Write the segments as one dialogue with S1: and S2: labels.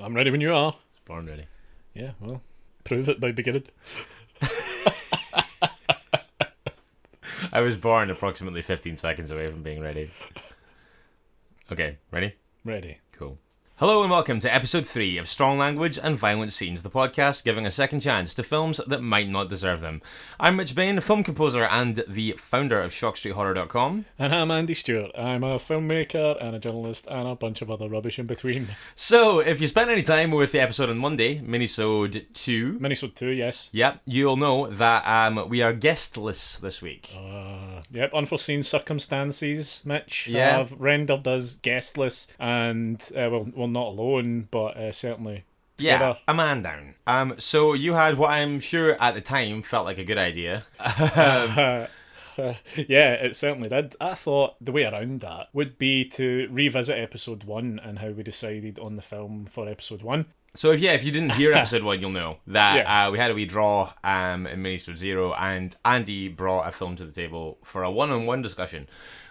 S1: I'm ready when you are.
S2: Born ready.
S1: Yeah, well, prove it by beginning.
S2: I was born approximately 15 seconds away from being ready. Okay, ready?
S1: Ready.
S2: Cool. Hello and welcome to episode 3 of Strong Language and Violent Scenes, the podcast giving a second chance to films that might not deserve them. I'm Rich Bain, film composer and the founder of ShockStreetHorror.com.
S1: And I'm Andy Stewart. I'm a filmmaker and a journalist and a bunch of other rubbish in between.
S2: So, if you spent any time with the episode on Monday, Minisode 2,
S1: Minisode 2, yes.
S2: yep, you'll know that um, we are guestless this week.
S1: Uh, yep, unforeseen circumstances, Mitch,
S2: Yeah.
S1: have rendered us guestless and, uh, well, well, not alone, but uh, certainly
S2: Yeah,
S1: Together.
S2: a man down. Um, so you had what I'm sure at the time felt like a good idea. Um,
S1: yeah, it certainly did. I thought the way around that would be to revisit episode one and how we decided on the film for episode one.
S2: so if yeah, if you didn't hear episode one, you'll know that
S1: Yeah.
S2: uh, we had a wee draw um, in Minisode Zero, and Andy brought a film to the table for a one-on-one discussion,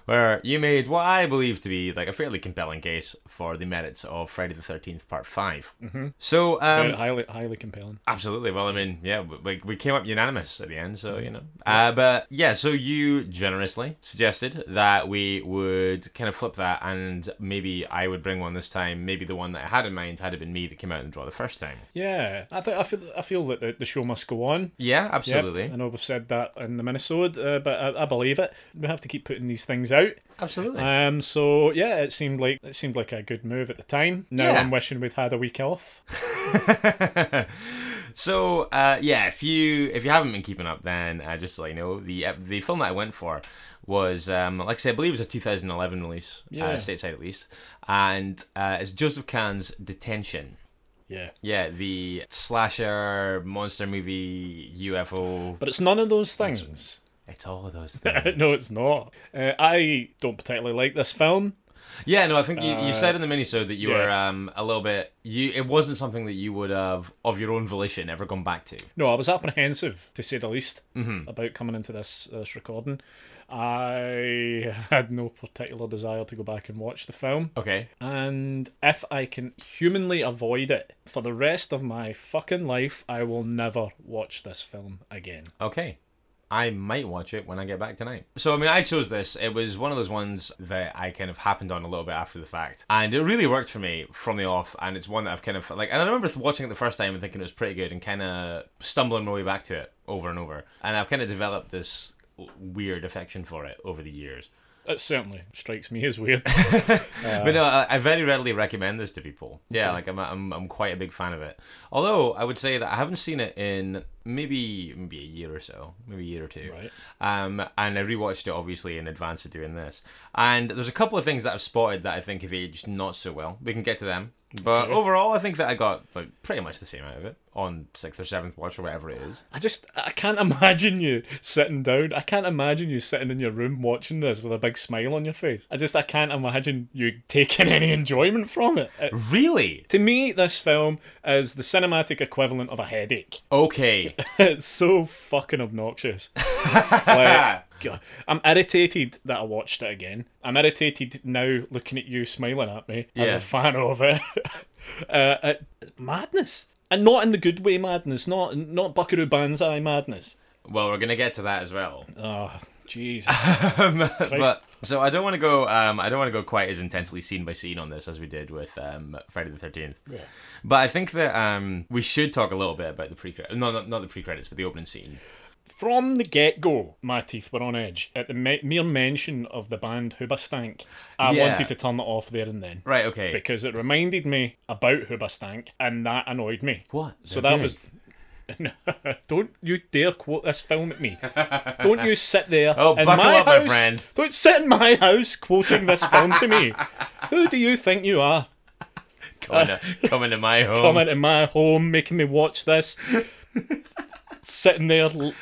S2: where you made what I believe to be like a fairly compelling case for the merits of Friday the Thirteenth Part 5 Mm-hmm. So um,
S1: Very highly, highly compelling.
S2: Absolutely. Well, I mean, yeah, w- we, we came up unanimous at the end, so you know. Uh, but yeah, so you generously suggested that we would kind of flip that, and maybe I would bring one this time. Maybe the one that I had in mind had it been me that came out in the draw the first time.
S1: Yeah, I think I feel I feel that the, the show must go on.
S2: Yeah,
S1: Yep,
S2: absolutely,
S1: I know we've said that in the Minnesota, uh, but I, I believe it. We have to keep putting these things out.
S2: absolutely.
S1: Um, so yeah, it seemed like it seemed like a good move at the time. Now
S2: Yeah.
S1: I'm wishing we'd had a week off.
S2: so uh, yeah, if you if you haven't been keeping up, then uh, just to let you know, the ep- the film that I went for was um, like I said, I believe it was a 2011 release,
S1: Yeah.
S2: uh, stateside at least, and uh, it's Joseph Kahn's Detention.
S1: Yeah,
S2: Yeah, the slasher monster movie UFO.
S1: but it's none of those things.
S2: It's all of those things.
S1: no, it's not. Uh, I don't particularly like this film.
S2: yeah, no, I think you, you said in the minisode that you
S1: yeah.
S2: were um, a little bit. You it wasn't something that you would have of your own volition ever gone back to.
S1: No, I was apprehensive, to say the least, about coming into this this recording. I had no particular desire to go back and watch the film,
S2: Okay.
S1: and if I can humanly avoid it for the rest of my fucking life, I will never watch this film again.
S2: Okay. I might watch it when I get back tonight. So, I mean, I chose this. It was one of those ones that I kind of happened on a little bit after the fact. And it really worked for me from the off. And it's one that I've kind of, like, and I remember watching it the first time and thinking it was pretty good and kind of stumbling my way back to it over and over. And I've kind of developed this weird affection for it over the years.
S1: It certainly strikes me as weird.
S2: But no, I, I very readily recommend this to people. Yeah, like I'm, I'm, I'm quite a big fan of it. Although I would say that I haven't seen it in maybe maybe a year or so, maybe a year or two.
S1: Right.
S2: Um, and I rewatched it obviously in advance of doing this. And there's a couple of things that I've spotted that I think have aged not so well. We can get to them. But overall, I think that I got like pretty much the same out of it on sixth or seventh watch or whatever it is.
S1: I just I can't imagine you sitting down. I can't imagine you sitting in your room watching this with a big smile on your face. I just I can't imagine you taking any enjoyment from it. It
S2: Really?
S1: To me, this film is the cinematic equivalent of a headache.
S2: Okay.
S1: It's so fucking obnoxious. like, God, I'm irritated that I watched it again. I'm irritated now looking at you smiling at me as
S2: Yeah.
S1: a fan of it. uh, it- madness. And not in the good way madness, not not Buckaroo Banzai madness.
S2: well, we're gonna get to that as well.
S1: Oh, Jesus.
S2: but so I don't want to go. Um, I don't want to go quite as intensely scene by scene on this as we did with um, Friday the Thirteenth. Yeah. But I think that um, we should talk a little bit about the pre credits. No, not, not the pre credits, but the opening scene.
S1: From the get go, my teeth were on edge at the me- mere mention of the band Hoobastank. I
S2: Yeah.
S1: wanted to turn it off there and then.
S2: Right. Okay.
S1: because it reminded me about Hoobastank, and that annoyed me.
S2: what?
S1: So
S2: They're
S1: that was
S2: good.
S1: don't you dare quote this film at me. Don't you sit there
S2: Oh,
S1: in
S2: buckle
S1: my
S2: up, my
S1: house.
S2: friend.
S1: Don't sit in my house quoting this film to me. Who do you think you are?
S2: Coming to, coming to my home.
S1: Coming to my home, making me watch this, sitting there l-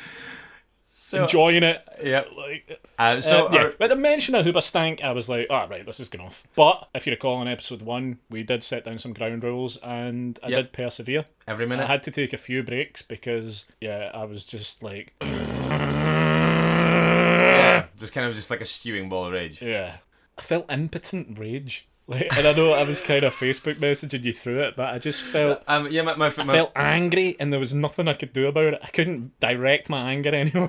S2: so,
S1: enjoying it.
S2: Yeah.
S1: Like,
S2: Uh, so
S1: uh, yeah.
S2: our-
S1: But the mention of Hoobastank, I was like, all right, this is going off. But if you recall in episode one, we did set down some ground rules and I
S2: Yep.
S1: did persevere.
S2: every
S1: I
S2: minute.
S1: had to take a few breaks because, yeah, I was just like,
S2: yeah. Just kind of just like a stewing ball of rage.
S1: Yeah. I felt impotent rage. Like, and I know I was kind of Facebook messaging you through it, but I just felt
S2: Um, yeah, my, my, my,
S1: felt angry, and there was nothing I could do about it. I couldn't direct my anger anywhere.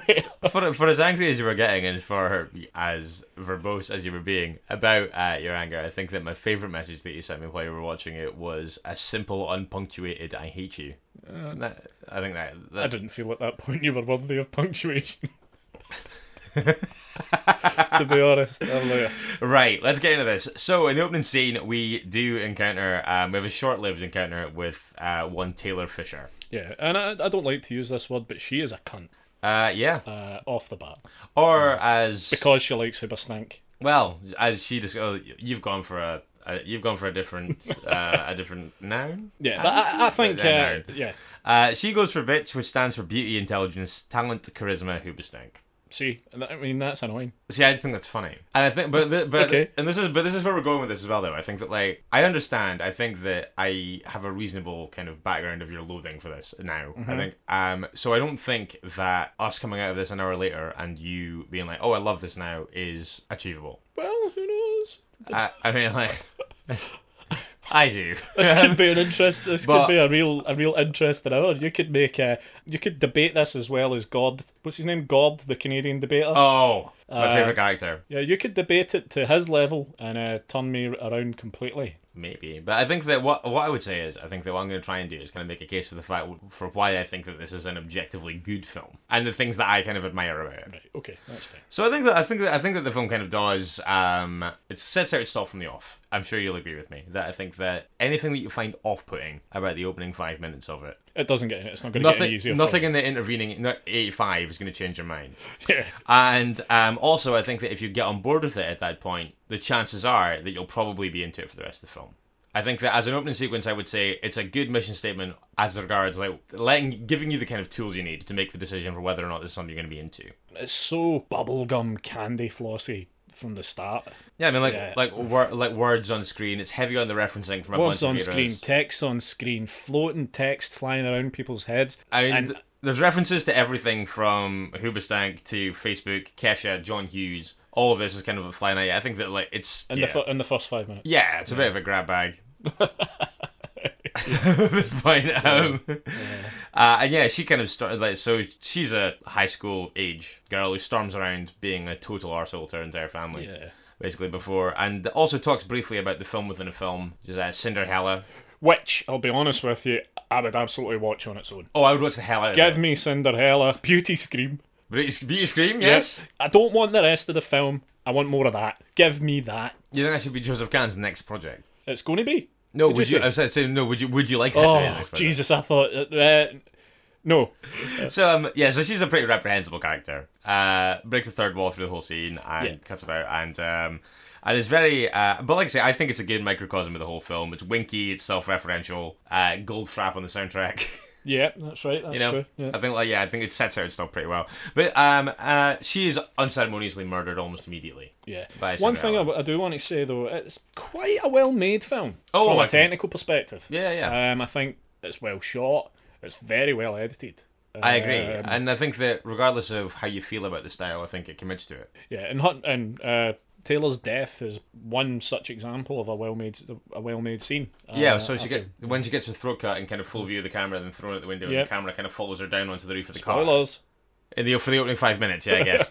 S2: for for as angry as you were getting and for as verbose as you were being about uh, your anger, I think that my favorite message that you sent me while you were watching it was a simple, unpunctuated "I hate you." Uh, That- I think that,
S1: I
S2: that
S1: didn't feel at that point you were worthy of punctuation. to be honest, I'm like,
S2: right. Let's get into this. So, in the opening scene, we do encounter um, we have a short-lived encounter with uh, one Taylor Fisher.
S1: yeah, and I, I don't like to use this word, but she is a cunt
S2: Uh, yeah,
S1: uh, off the bat
S2: or as
S1: because she likes Hoobastank.
S2: well as she just oh, you've gone for a. Uh, you've gone for a different, uh, a different noun.
S1: Yeah, but I, I think uh,
S2: Noun.
S1: yeah.
S2: Uh, she goes for bitch, which stands for beauty, intelligence, talent, charisma, hoobastank.
S1: See, I mean that's annoying.
S2: See, I think that's funny, and I think, but th- but
S1: Okay.
S2: and this is but this is where we're going with this as well, though. I think that like I understand. I think that I have a reasonable kind of background of your loathing for this now. I think um, so I don't think that us coming out of this an hour later and you being like, oh, I love this now, is achievable.
S1: Well, who knows?
S2: I, I mean, like, I do.
S1: This could be an interest. This
S2: But-
S1: could be a real, a real interest in hour. You could make a, you could debate this as well as God. What's his name? God, the Canadian debater.
S2: Oh, my favorite character.
S1: Yeah, you could debate it to his level and uh, turn me around completely.
S2: Maybe, but I think that what what I would say is I think that what I'm going to try and do is kind of make a case for the fact for why I think that this is an objectively good film and the things that I kind of admire about it.
S1: Right. Okay, that's fine.
S2: So I think that I think that I think that the film kind of does um it sets out its stuff from the off. I'm sure you'll agree with me that I think that anything that you find off-putting about the opening five minutes of it,
S1: It doesn't get. It's not going to get any
S2: nothing
S1: easier. for
S2: nothing
S1: me.
S2: in the intervening no, 85 is going to change your mind.
S1: Yeah.
S2: And um, also, I think that if you get on board with it at that point, the chances are that you'll probably be into it for the rest of the film. I think that as an opening sequence, I would say it's a good mission statement as regards like letting giving you the kind of tools you need to make the decision for whether or not this is something you're going to be into.
S1: It's so bubblegum candy flossy from the start.
S2: Yeah, I mean like
S1: Yeah.
S2: like wor- like words on screen. It's heavy on the referencing from a
S1: Words on
S2: bunch of
S1: screen,
S2: heroes.
S1: text on screen, floating text flying around people's heads.
S2: I mean,
S1: And-
S2: th- there's references to everything from Hoobastank to Facebook, Kesha, John Hughes. All of this is kind of a fly night. I think that like it's
S1: in
S2: yeah.
S1: the fir- in the first five minutes.
S2: Yeah, it's a bit of a grab bag. At this point, um, Uh, and yeah, she kind of started like so. She's a high school age girl who storms around being a total arsehole to her entire family.
S1: Yeah.
S2: Basically, before and also talks briefly about the film within a film, which is uh, Cinderella.
S1: Which I'll be honest with you, I would absolutely watch on its own.
S2: Oh, I would watch the hell out of
S1: Give
S2: it.
S1: me Cinderella. Beauty Scream.
S2: Beauty, Beauty Scream, yes.
S1: I don't want the rest of the film. I want more of that. Give me that.
S2: You think that should be Joseph Kahn's next project?
S1: It's going to be.
S2: No,
S1: Would
S2: would
S1: you
S2: you? I was saying no. Would you? Would you like that? to be his
S1: Oh,
S2: next project?
S1: Jesus, I thought. Uh, no.
S2: So um, yeah, so she's a pretty reprehensible character. Uh, breaks the third wall through the whole scene and
S1: Yeah.
S2: cuts about and um, and is very. Uh, but like I say, I think it's a good microcosm of the whole film. It's winky, it's self-referential. Uh, Goldfrapp on the soundtrack.
S1: Yeah, that's right. That's
S2: You know,
S1: true. Yeah.
S2: I think like yeah, I think it sets out its stuff pretty well. But um, uh, she is unceremoniously murdered almost immediately.
S1: yeah.
S2: By
S1: One
S2: Cinderella.
S1: thing I, w- I do want to say, though, it's quite a well made film
S2: Oh,
S1: from
S2: I
S1: a
S2: can-
S1: technical perspective.
S2: Yeah, yeah.
S1: Um, I think it's well shot, it's very well edited.
S2: I agree,
S1: Um,
S2: and I think that regardless of how you feel about the style, I think it commits to it.
S1: Yeah, and Hunt and uh, Taylor's death is one such example of a well-made a well-made scene. Uh,
S2: Yeah, so she
S1: I
S2: get when she gets her throat cut and kind of full view of the camera, then thrown out the window,
S1: Yep.
S2: and the camera kind of follows her down onto the roof of the car.
S1: spoilers.
S2: In the for the opening five minutes, yeah, I guess.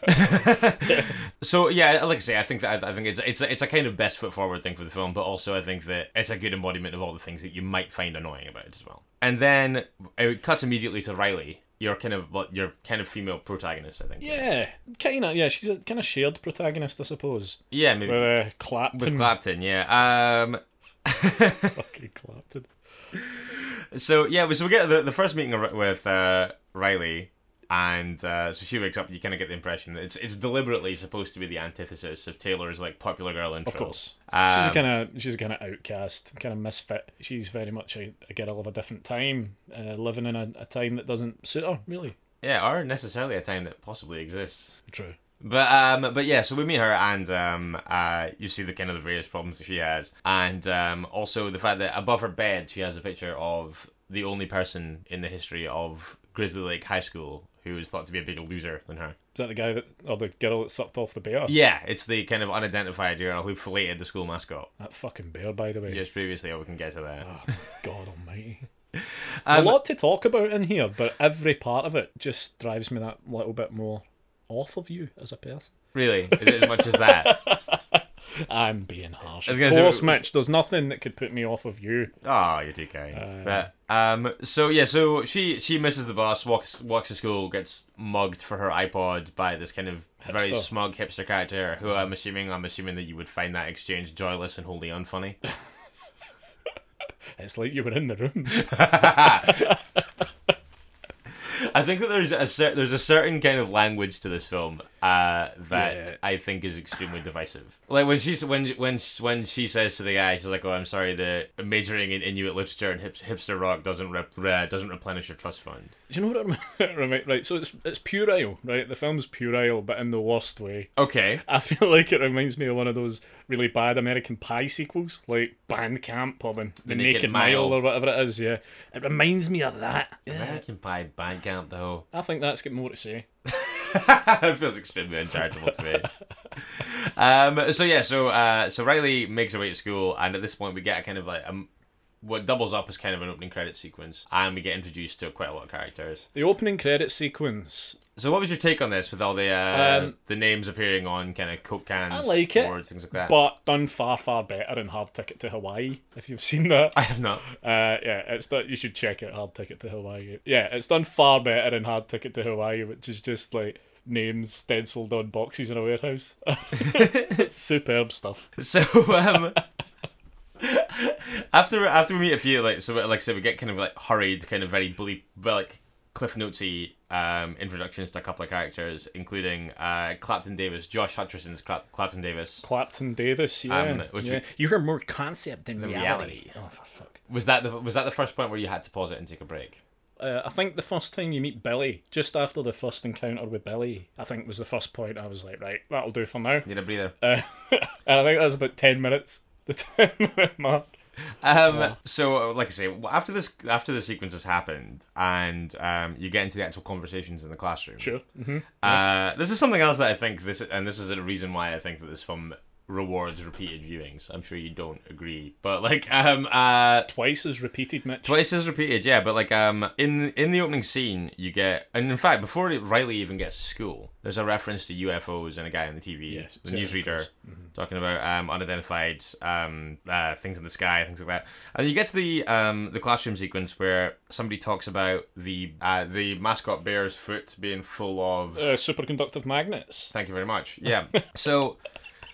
S2: so yeah, like I say, I think that I think it's it's a, it's a kind of best foot forward thing for the film, but also I think that it's a good embodiment of all the things that you might find annoying about it as well. And then it cuts immediately to Riley, your kind of well, your kind of female protagonist, I think.
S1: Yeah, kind of. Yeah, she's a kind of shared protagonist, I suppose.
S2: yeah, maybe with,
S1: With uh, Clapton.
S2: Clapton, yeah. Um,
S1: Fucking Clapton.
S2: So yeah, we- so we get the, the first meeting ar- with uh, Riley, and uh, so she wakes up. and You kind of get the impression that it's it's deliberately supposed to be the antithesis of Taylor's like popular girl intros. Of
S1: course.
S2: um,
S1: She's a kind of she's a kind of outcast, kind of misfit. She's very much a, a girl of a different time, uh, living in a, a time that doesn't suit her really.
S2: yeah, or necessarily a time that possibly exists.
S1: True.
S2: But um, but yeah, so we meet her, and um, uh, you see the kind of the various problems that she has, and um, also the fact that above her bed she has a picture of the only person in the history of Grizzly Lake High School who is thought to be a bigger loser than her.
S1: Is that the guy that or the girl that sucked off the bear?
S2: Yeah, it's the kind of unidentified girl who filleted the school mascot.
S1: That fucking bear, by the way.
S2: Yes, previously, oh, we can get to that.
S1: God Almighty.
S2: Um,
S1: a lot to talk about in here, but every part of it just drives me that little bit more off of you as a person.
S2: Really, is it as much as that?
S1: I'm being harsh.
S2: I was
S1: Of
S2: gonna say-
S1: course, Mitch. There's nothing that could put me off of you.
S2: Oh, you're too kind.
S1: Uh,
S2: but um, so yeah, so she she misses the bus, walks walks to school, gets mugged for her iPod by this kind of very
S1: Hipster.
S2: smug hipster character who I'm assuming I'm assuming that you would find that exchange joyless and wholly unfunny.
S1: It's like you were in the room.
S2: I think that there's a cer- there's a certain kind of language to this film uh, that
S1: Yeah.
S2: I think is extremely divisive. Like when she's when when when she says to the guy, she's like, "Oh, I'm sorry, the majoring in Inuit literature and hip- hipster rock doesn't rep- re- doesn't replenish your trust fund."
S1: Do you know what I remember? Right, right. So it's it's puerile, right? The film's puerile, but in the worst way.
S2: Okay.
S1: I feel like it reminds me of one of those really bad American Pie sequels, like Bandcamp or the, the Naked, Mile. or whatever it is. Yeah, it reminds me of that. Yeah.
S2: American Pie Bandcamp though.
S1: I think that's got more to say.
S2: it feels extremely uncharitable to me. um, so yeah, so uh, so Riley makes her way to school, and at this point we get a kind of like um, what doubles up as kind of an opening credit sequence, and we get introduced to quite a lot of characters.
S1: The opening credit sequence.
S2: So what was your take on this with all the uh,
S1: Um,
S2: the names appearing on kind of coke cans,
S1: I like it,
S2: boards, things like that?
S1: But done far, far better in Hard Ticket to Hawaii, if you've seen that.
S2: I have not.
S1: Uh, yeah, it's done, you should check out Hard Ticket to Hawaii. Yeah, it's done far better in Hard Ticket to Hawaii, which is just like names stenciled on boxes in a warehouse. it's superb stuff.
S2: So um, after after we meet a few like so like I said we get kind of like hurried kind of very bleep very, like cliff notesy um, introductions to a couple of characters including uh, Clapton Davis Josh Hutcherson's Cla- Clapton Davis
S1: Clapton Davis, yeah.
S2: Um, which
S1: yeah.
S2: we-
S1: You hear more concept than,
S2: reality.
S1: Oh, for fuck.
S2: was that the was that the first point where you had to pause it and take a break
S1: Uh, I think the first time you meet Billy, just after the first encounter with Billy, I think was the first point I was like, right, that'll do for now.
S2: need a breather
S1: Uh, and I think that's about 10 minutes, the 10 minute mark.
S2: Um, So, uh, like I say, w- after this, after the sequence has happened, and um, you get into the actual conversations in the classroom.
S1: Sure. Mm-hmm.
S2: Uh, this is something else that I think this, and this is a reason why I think that this film rewards repeated viewings. I'm sure you don't agree, but like, um, uh,
S1: Twice as repeated, Mitch.
S2: twice is repeated, yeah. But like, um, in in the opening scene, you get, and in fact, before Riley even gets to school, there's a reference to UFOs and a guy on the TV,
S1: Yes,
S2: the
S1: yeah, of
S2: newsreader, talking about um, unidentified um, uh, things in the sky, things like that. And you get to the um, the classroom sequence where somebody talks about the uh, the mascot bear's foot being full of.
S1: uh, superconductive magnets.
S2: Thank you very much. Yeah. So,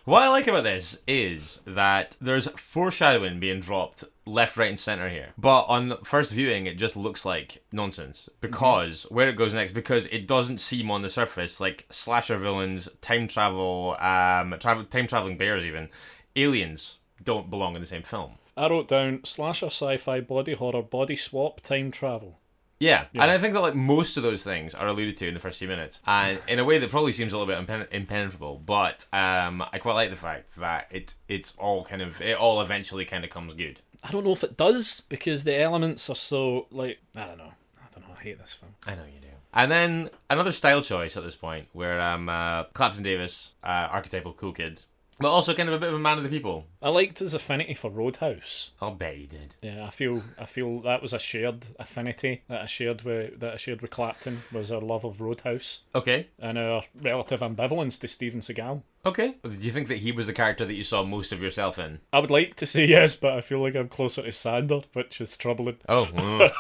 S2: what I like about this is that there's foreshadowing being dropped left, right, and center here. But on first viewing, it just looks like nonsense because where it goes next, because it doesn't seem on the surface like slasher villains, time travel, um, travel, time traveling bears, even aliens don't belong in the same film.
S1: I wrote down slasher, sci-fi, body horror, body swap, time travel.
S2: Yeah. and I think that like most of those things are alluded to in the first few minutes, and in a way that probably seems a little bit impen- impenetrable. But um, I quite like the fact that it it's all kind of it all eventually kind of comes good.
S1: I don't know if it does because the elements are so like I don't know. I don't know. I hate this film.
S2: I know you do. And then another style choice at this point, where um, uh, Clapton Davis, uh, archetypal cool kid, but also kind of a bit of a man of the people.
S1: I liked his affinity for Roadhouse.
S2: I'll Oh, bet he did.
S1: Yeah, I feel I feel that was a shared affinity that I shared with that I shared with Clapton was our love of Roadhouse
S2: Okay,
S1: and our relative ambivalence to Steven Seagal.
S2: okay. Do you think that he was the character that you saw most of yourself in?
S1: I would like to say yes, but I feel like I'm closer to Sander, which is troubling.
S2: Oh, mm.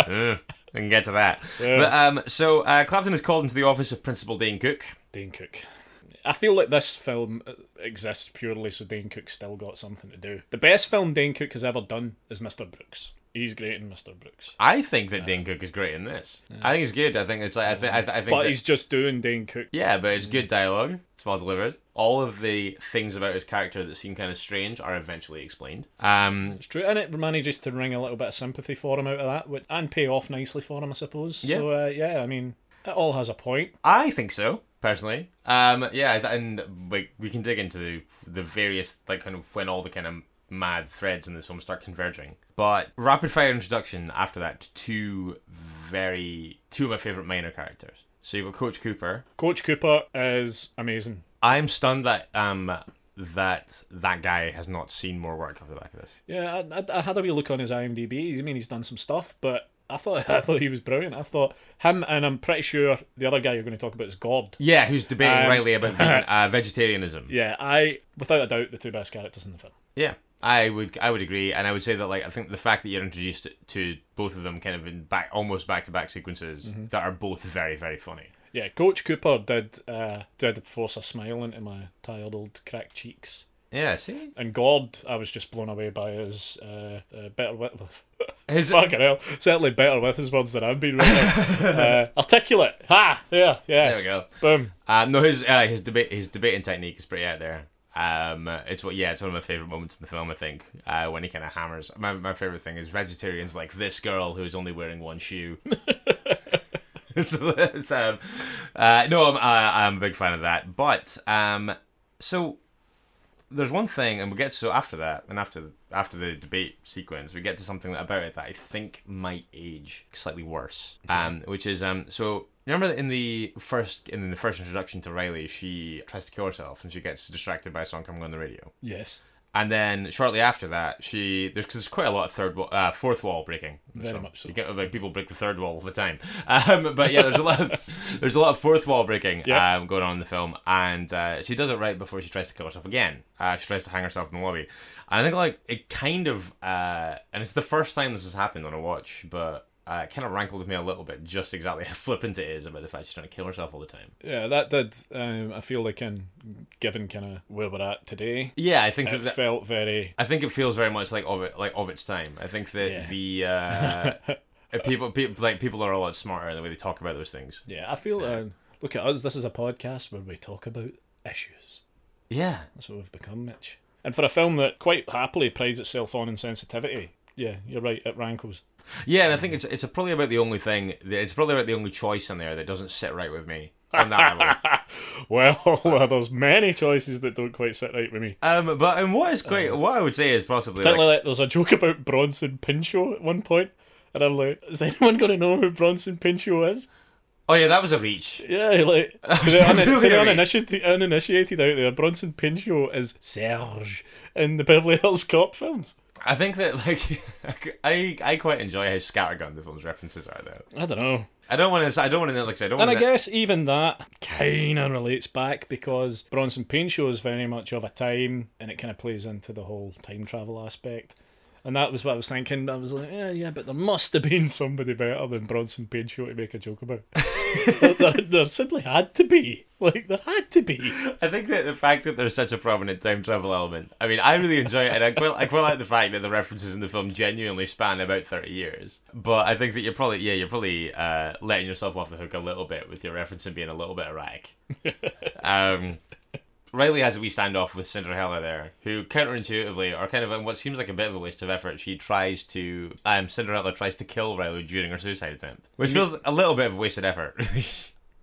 S2: Mm. we can get to that. But um, so uh, Clapton is called into the office of Principal Dane Cook.
S1: Dane Cook. I feel like this film uh, exists purely so Dane Cook still got something to do. The best film Dane Cook has ever done is Mr. Brooks. He's great in Mr. Brooks.
S2: I think that Dane Cook is great in this. I think he's good. I think it's like I think I, th- I think.
S1: But
S2: that-
S1: he's just doing Dane Cook.
S2: yeah, but it's good dialogue. It's well delivered. All of the things about his character that seem kind of strange are eventually explained. Um,
S1: It's true, and it manages to wring a little bit of sympathy for him out of that, which, and pay off nicely for him, I suppose.
S2: Yeah.
S1: So uh, yeah, I mean, it all has a point.
S2: I think so personally. Um, yeah, th- and like we can dig into the, the various like kind of when all the kind of mad threads in this film start converging. But rapid fire introduction after that to two very two of my favorite minor characters. So you've got Coach Cooper.
S1: Coach Cooper is amazing.
S2: I'm stunned that um that that guy has not seen more work off the back of this.
S1: Yeah, I, I, I had a wee look on his IMDb. I mean, he's done some stuff, but I thought I thought he was brilliant. I thought him, and I'm pretty sure the other guy you're going to talk about is God.
S2: Yeah, who's debating
S1: Um,
S2: rightly about vegan, uh, vegetarianism.
S1: Yeah, I without a doubt the two best characters in the film.
S2: Yeah, I would I would agree, and I would say that like I think the fact that you're introduced to both of them kind of in back almost back to back sequences that are both very very funny.
S1: Yeah, Coach Cooper did uh, did force a smile into my tired old cracked cheeks.
S2: Yeah, see
S1: And God, I was just blown away by his uh, uh, better with
S2: his
S1: fucking hell, certainly better with his words than I've been. Right now. uh, articulate, ha, yeah, yes.
S2: go.
S1: Boom.
S2: um, no his uh, his debate his debating technique is pretty out there. Um, it's what yeah, it's one of my favorite moments in the film. I think uh, when he kind of hammers. My my favorite thing is vegetarians like this girl who is only wearing one shoe. so that's, um, uh, no, I'm, uh, I'm a big fan of that. But um, so there's one thing, and we get so after that, and after after the debate sequence, we get to something that- about it that I think might age slightly worse. Um, which is um, so remember that in the first in the first introduction to Riley, she tries to kill herself, and she gets distracted by a song coming on the radio.
S1: Yes,
S2: And then shortly after that, she there's because there's quite a lot of third wall, uh, fourth wall breaking.
S1: Very much so.
S2: You get, like, people break the third wall all the time. Um, but yeah, there's a lot there's a lot of fourth wall breaking
S1: Yeah.
S2: um, going on in the film, and uh, she does it right before she tries to kill herself again. Uh, she tries to hang herself in the lobby, and I think like it kind of uh, and it's the first time this has happened on a watch, but. Uh, it kind of rankled with me a little bit, just exactly how flippant it is about the fact she's trying to kill herself all the time.
S1: yeah, that did. Um, I feel like in given kind of where we're at today,
S2: Yeah, I think
S1: it
S2: that, that
S1: felt very.
S2: I think it feels very much like of it, like of its time. I think that the uh, people, people, like people are a lot smarter in the way they talk about those things.
S1: Yeah, I feel. Um, look at us. This is a podcast where we talk about issues.
S2: Yeah,
S1: That's what we've become, Mitch. And for a film that quite happily prides itself on insensitivity, yeah, you're right. It rankles.
S2: yeah, and I think it's it's probably about the only thing. that- It's probably about the only choice in there that doesn't sit right with me on that level.
S1: Well, there's many choices that don't quite sit right with me.
S2: Um, but and what is quite what I would say is possibly like,
S1: Particularly, like, there's a joke about Bronson Pinchot at one point, and I'm like, is anyone going to know who Bronson Pinchot is?
S2: oh yeah, that was a reach.
S1: Yeah, like to the, un-
S2: definitely
S1: to the
S2: a reach.
S1: uninitiated, uninitiated out there, Bronson Pinchot is Serge in the Beverly Hills Cop films.
S2: I think that like I I quite enjoy how scattergun the film's references are though.
S1: I don't know.
S2: I don't want to I don't want to like I said, I don't
S1: And I
S2: want to.
S1: guess even that kind of relates back because Bronson Pinchot is very much of a time, and it kind of plays into the whole time travel aspect. And that was what I was thinking. I was like, yeah, yeah, but there must have been somebody better than Bronson Pinchot to make a joke about. there, there- there simply had to be. Like there had to be.
S2: I think that the fact that there's such a prominent time travel element, I mean, I really enjoy it, and I quite, I quite like the fact that the references in the film genuinely span about 30 years. But I think that you're probably, yeah, you're probably uh, letting yourself off the hook a little bit with your referencing being a little bit erratic. um, Riley has a wee standoff with Cinderella there, who counterintuitively, or kind of in what seems like a bit of a waste of effort, she tries to, um, Cinderella tries to kill Riley during her suicide attempt, which
S1: Mm-hmm.
S2: feels a little bit of a wasted effort, really.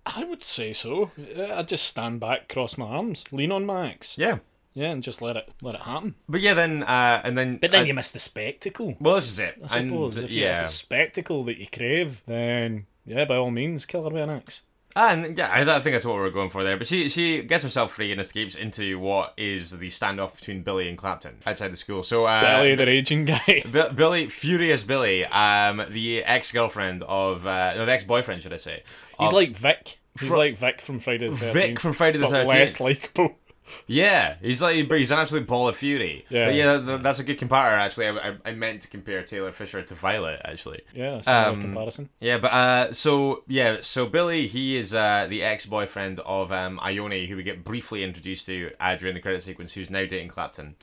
S1: I would say so. Yeah, I'd just stand back, cross my arms, lean on my axe.
S2: yeah.
S1: Yeah, and just let it let it happen.
S2: But yeah, then, uh, and then.
S1: But then
S2: uh,
S1: you miss the spectacle.
S2: Well, this is it.
S1: I suppose
S2: and,
S1: if you have
S2: yeah.
S1: a spectacle that you crave, then yeah, by all means, kill her with an axe.
S2: And yeah, I, I think that's what we are going for there. But she she gets herself free and escapes into what is the standoff between Billy and Clapton outside the school. So uh,
S1: Billy the raging guy.
S2: Bi- Billy, furious Billy, um, the ex girlfriend of uh, no, the ex boyfriend, should I say?
S1: He's
S2: of-
S1: like Vic. He's
S2: Fro-
S1: like Vic from Friday the Thirteenth.
S2: Vic from Friday the
S1: but less
S2: 13th.
S1: likable.
S2: yeah, he's like, but he's an absolute ball of fury.
S1: Yeah.
S2: But yeah, th- that's a good comparator. Actually, I, I, I meant to compare Taylor Fisher to Violet. Actually,
S1: Yeah, similar
S2: Um,
S1: comparison.
S2: Yeah, but uh, so yeah, so Billy, he is uh, the ex-boyfriend of um, Ione, who we get briefly introduced to uh, during the credit sequence, who's now dating Clapton.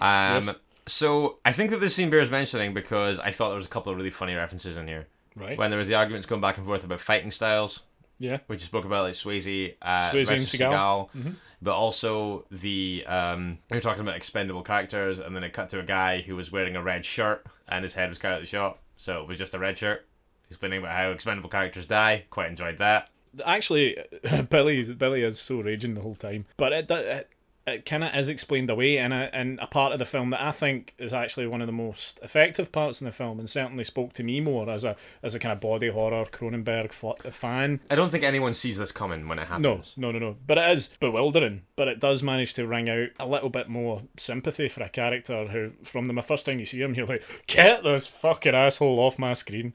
S2: Um, So I think that this scene bears mentioning because I thought there was a couple of really funny references in here.
S1: Right.
S2: When there was the arguments going back and forth about fighting styles,
S1: yeah.
S2: which you spoke about, like Swayze, uh,
S1: Swayze and
S2: versus
S1: Seagal. Mm-hmm.
S2: Seagal, but also the um, we were talking about expendable characters, and then it cut to a guy who was wearing a red shirt and his head was cut out of the shot, so it was just a red shirt. Explaining about how expendable characters die. Quite enjoyed that.
S1: Actually, Billy Billy is so raging the whole time, but it do- it, it kind of is explained away in a in a part of the film that I think is actually one of the most effective parts in the film, and certainly spoke to me more as a as a kind of body horror Cronenberg f- fan.
S2: I don't think anyone sees this coming when it
S1: No,
S2: happens.
S1: no, no, no. But it is bewildering. But it does manage to wring out a little bit more sympathy for a character who, from the first time you see him, you're like, get this fucking asshole off my screen.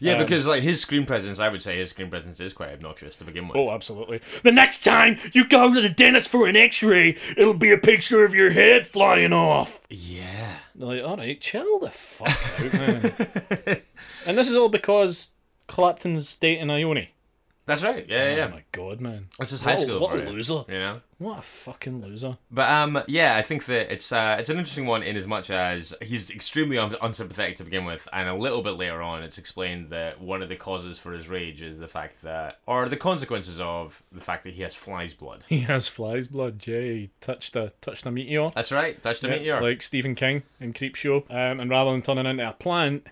S2: Yeah,
S1: Um,
S2: because like his screen presence, I would say his screen presence is quite obnoxious to begin with.
S1: Oh, absolutely. The next time you go to the dentist for an x ray, it'll be a picture of your head flying off.
S2: yeah.
S1: They're like, all right, chill the fuck out, man. and this is all because Clapton's dating Ione.
S2: That's right. Yeah, yeah.
S1: Oh
S2: yeah.
S1: my god, man.
S2: That's just high
S1: What a-
S2: school.
S1: What
S2: for
S1: a
S2: you,
S1: loser.
S2: You know.
S1: What a fucking loser.
S2: But um, yeah, I think that it's uh, it's an interesting one in as much as he's extremely un- unsympathetic to begin with, and a little bit later on, it's explained that one of the causes for his rage is the fact that, or the consequences of the fact that he has flies blood.
S1: He has flies blood, yeah. He touched a, touched a meteor.
S2: That's right. Touched a meteor.
S1: Like Stephen King in Creepshow. Um, and rather than turning into a plant,